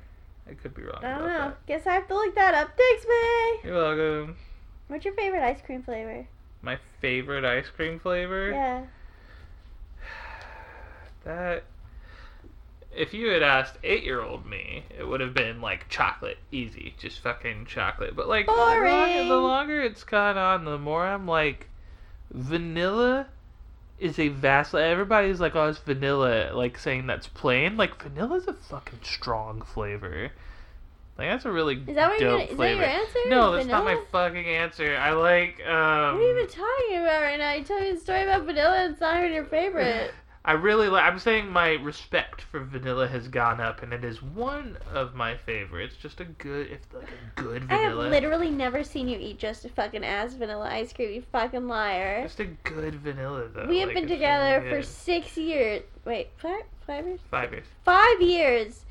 [SPEAKER 2] I could be wrong
[SPEAKER 1] I
[SPEAKER 2] about
[SPEAKER 1] don't know.
[SPEAKER 2] that.
[SPEAKER 1] Guess I have to look that up. Thanks, May!
[SPEAKER 2] You're welcome.
[SPEAKER 1] What's your favorite ice cream flavor?
[SPEAKER 2] My favorite ice cream flavor.
[SPEAKER 1] Yeah.
[SPEAKER 2] That. If you had asked eight year old me, it would have been like chocolate, easy, just fucking chocolate. But like, the longer,
[SPEAKER 1] Boring.
[SPEAKER 2] the longer it's gone on, the more I'm like, vanilla is a vast. Like, everybody's like, oh, it's vanilla, like saying that's plain. Like, vanilla's a fucking strong flavor. Like, that's a really
[SPEAKER 1] Is that what you're
[SPEAKER 2] dope
[SPEAKER 1] gonna, is that
[SPEAKER 2] flavor.
[SPEAKER 1] your answer?
[SPEAKER 2] No, that's not my
[SPEAKER 1] Vanilla?
[SPEAKER 2] fucking answer. I like. Um,
[SPEAKER 1] What are you even talking about right now? You tell me a story about vanilla and it's not even your favorite.
[SPEAKER 2] I really like. I'm saying my respect for vanilla has gone up, and it is one of my favorites. Just a good, if like a good
[SPEAKER 1] I have
[SPEAKER 2] vanilla,
[SPEAKER 1] literally never seen you eat just a fucking ass vanilla ice cream, you fucking liar.
[SPEAKER 2] just a good vanilla though.
[SPEAKER 1] We have
[SPEAKER 2] like,
[SPEAKER 1] been
[SPEAKER 2] it's really
[SPEAKER 1] together for
[SPEAKER 2] good.
[SPEAKER 1] six years. Wait, five, five years?
[SPEAKER 2] five years.
[SPEAKER 1] Five years,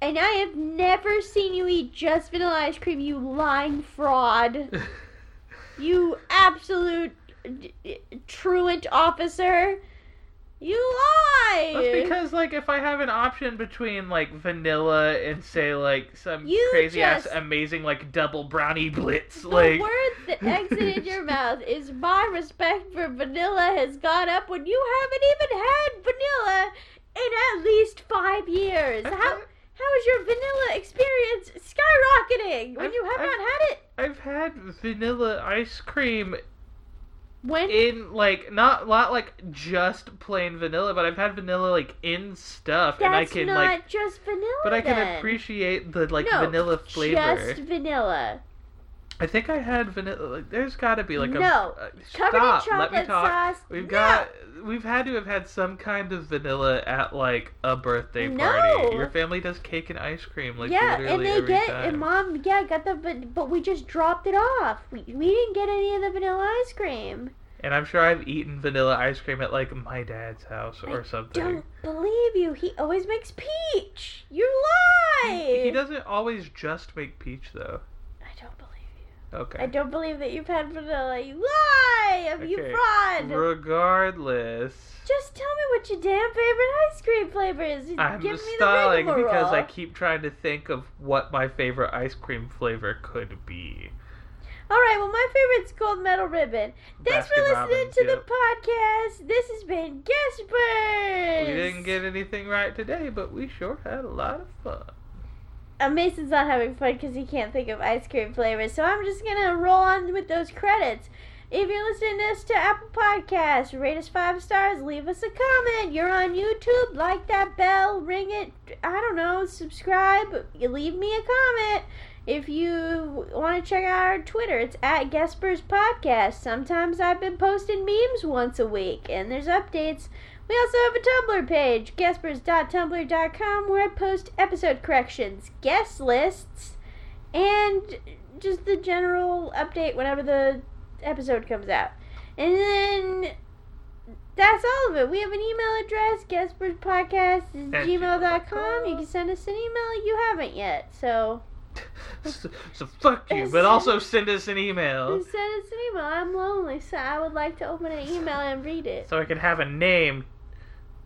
[SPEAKER 1] and I have never seen you eat just vanilla ice cream. You lying fraud! You absolute d- d- truant officer! You
[SPEAKER 2] That's
[SPEAKER 1] lie!
[SPEAKER 2] because like if I have an option between like vanilla and say like some
[SPEAKER 1] You
[SPEAKER 2] crazy ass
[SPEAKER 1] just-
[SPEAKER 2] amazing like double brownie blitz
[SPEAKER 1] The
[SPEAKER 2] like
[SPEAKER 1] word that exited your mouth is my respect for vanilla has gone up when you haven't even had vanilla in at least five years.
[SPEAKER 2] I've
[SPEAKER 1] How
[SPEAKER 2] had-
[SPEAKER 1] how is your vanilla experience skyrocketing when
[SPEAKER 2] I've-
[SPEAKER 1] you have
[SPEAKER 2] I've-
[SPEAKER 1] not had it?
[SPEAKER 2] I've had vanilla ice cream
[SPEAKER 1] When
[SPEAKER 2] in like not not like just plain vanilla, but I've had vanilla like in stuff,
[SPEAKER 1] that's
[SPEAKER 2] and I can
[SPEAKER 1] not
[SPEAKER 2] like,
[SPEAKER 1] just vanilla.
[SPEAKER 2] but I can
[SPEAKER 1] then.
[SPEAKER 2] appreciate the like
[SPEAKER 1] No,
[SPEAKER 2] vanilla flavor.
[SPEAKER 1] Just vanilla.
[SPEAKER 2] I I think I had vanilla. Like, there's got to be like a
[SPEAKER 1] No.
[SPEAKER 2] uh, stop.
[SPEAKER 1] Covered in
[SPEAKER 2] let
[SPEAKER 1] chocolate
[SPEAKER 2] me talk.
[SPEAKER 1] sauce.
[SPEAKER 2] We've
[SPEAKER 1] No.
[SPEAKER 2] got we've had to have had some kind of vanilla at like a birthday
[SPEAKER 1] No.
[SPEAKER 2] party. Your family does cake and ice cream like
[SPEAKER 1] yeah, and
[SPEAKER 2] literally
[SPEAKER 1] they
[SPEAKER 2] every
[SPEAKER 1] get
[SPEAKER 2] time.
[SPEAKER 1] and mom yeah got the but but we just dropped it off. We we didn't get any of the vanilla ice cream.
[SPEAKER 2] And I'm sure I've eaten vanilla ice cream at like my dad's house or
[SPEAKER 1] I
[SPEAKER 2] something.
[SPEAKER 1] Don't believe you. He always makes peach. You lie.
[SPEAKER 2] He doesn't always just make peach though.
[SPEAKER 1] I don't believe you. I
[SPEAKER 2] Okay.
[SPEAKER 1] don't believe that you've had vanilla. You lie. You
[SPEAKER 2] Okay.
[SPEAKER 1] fraud.
[SPEAKER 2] Regardless,
[SPEAKER 1] Just tell me what your damn favorite ice cream flavor is.
[SPEAKER 2] I'm
[SPEAKER 1] Give me the
[SPEAKER 2] stalling because I
[SPEAKER 1] rigmarole.
[SPEAKER 2] keep trying to think of what my favorite ice cream flavor could be.
[SPEAKER 1] All right, well, my favorite's Gold Medal Ribbon. Thanks for
[SPEAKER 2] Baskin
[SPEAKER 1] listening
[SPEAKER 2] Robbins,
[SPEAKER 1] to
[SPEAKER 2] yep.
[SPEAKER 1] the podcast. This has been Gaspers.
[SPEAKER 2] We didn't get anything right today, but we sure had a lot of fun.
[SPEAKER 1] Uh, Mason's not having fun because he can't think of ice cream flavors, so I'm just gonna roll on with those credits. If you're listening to this to Apple Podcasts, rate us five stars, leave us a comment. You're on YouTube, like that bell, ring it. I don't know, subscribe. You leave me a comment. If you want to check out our Twitter, it's at Gaspers Podcast. Sometimes I've been posting memes once a week, and there's updates. We also have a Tumblr page, gaspers.tumblr.com, where I post episode corrections, guest lists, and just the general update whenever the episode comes out. And then that's all of it. We have an email address, gasperspodcast
[SPEAKER 2] At
[SPEAKER 1] gmail.com. You can send us an email. You haven't yet, so
[SPEAKER 2] So, so fuck you, but also send us an email
[SPEAKER 1] send us an email. I'm lonely, so I would like to open an email and read it.
[SPEAKER 2] so I can have a name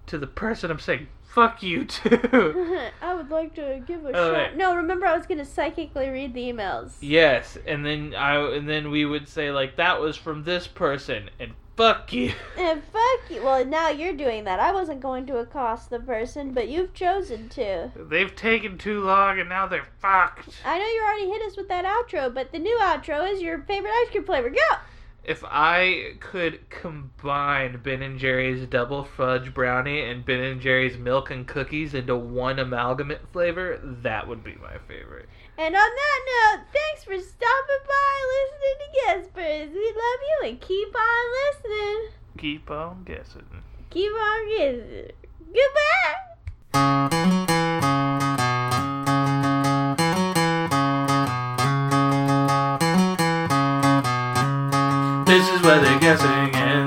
[SPEAKER 2] to the person I'm saying fuck you to.
[SPEAKER 1] I would like to give a
[SPEAKER 2] Oh,
[SPEAKER 1] shot.
[SPEAKER 2] wait.
[SPEAKER 1] No, remember I was gonna psychically read the emails.
[SPEAKER 2] Yes, and then I and then we would say like that was from this person and fuck you.
[SPEAKER 1] And fuck you. Well, now you're doing that. I wasn't going to accost the person, but you've chosen to.
[SPEAKER 2] They've taken too long and now they're fucked.
[SPEAKER 1] I know you already hit us with that outro, but the new outro is your favorite ice cream flavor. Go.
[SPEAKER 2] If I could combine Ben and Jerry's double fudge brownie and Ben and Jerry's milk and cookies into one amalgamate flavor, that would be my favorite.
[SPEAKER 1] And on that note, thanks for stopping by, listening to Gaspers. We love you and keep on listening.
[SPEAKER 2] Keep on guessing.
[SPEAKER 1] Keep on giving. Goodbye.
[SPEAKER 2] This is where they're guessing is.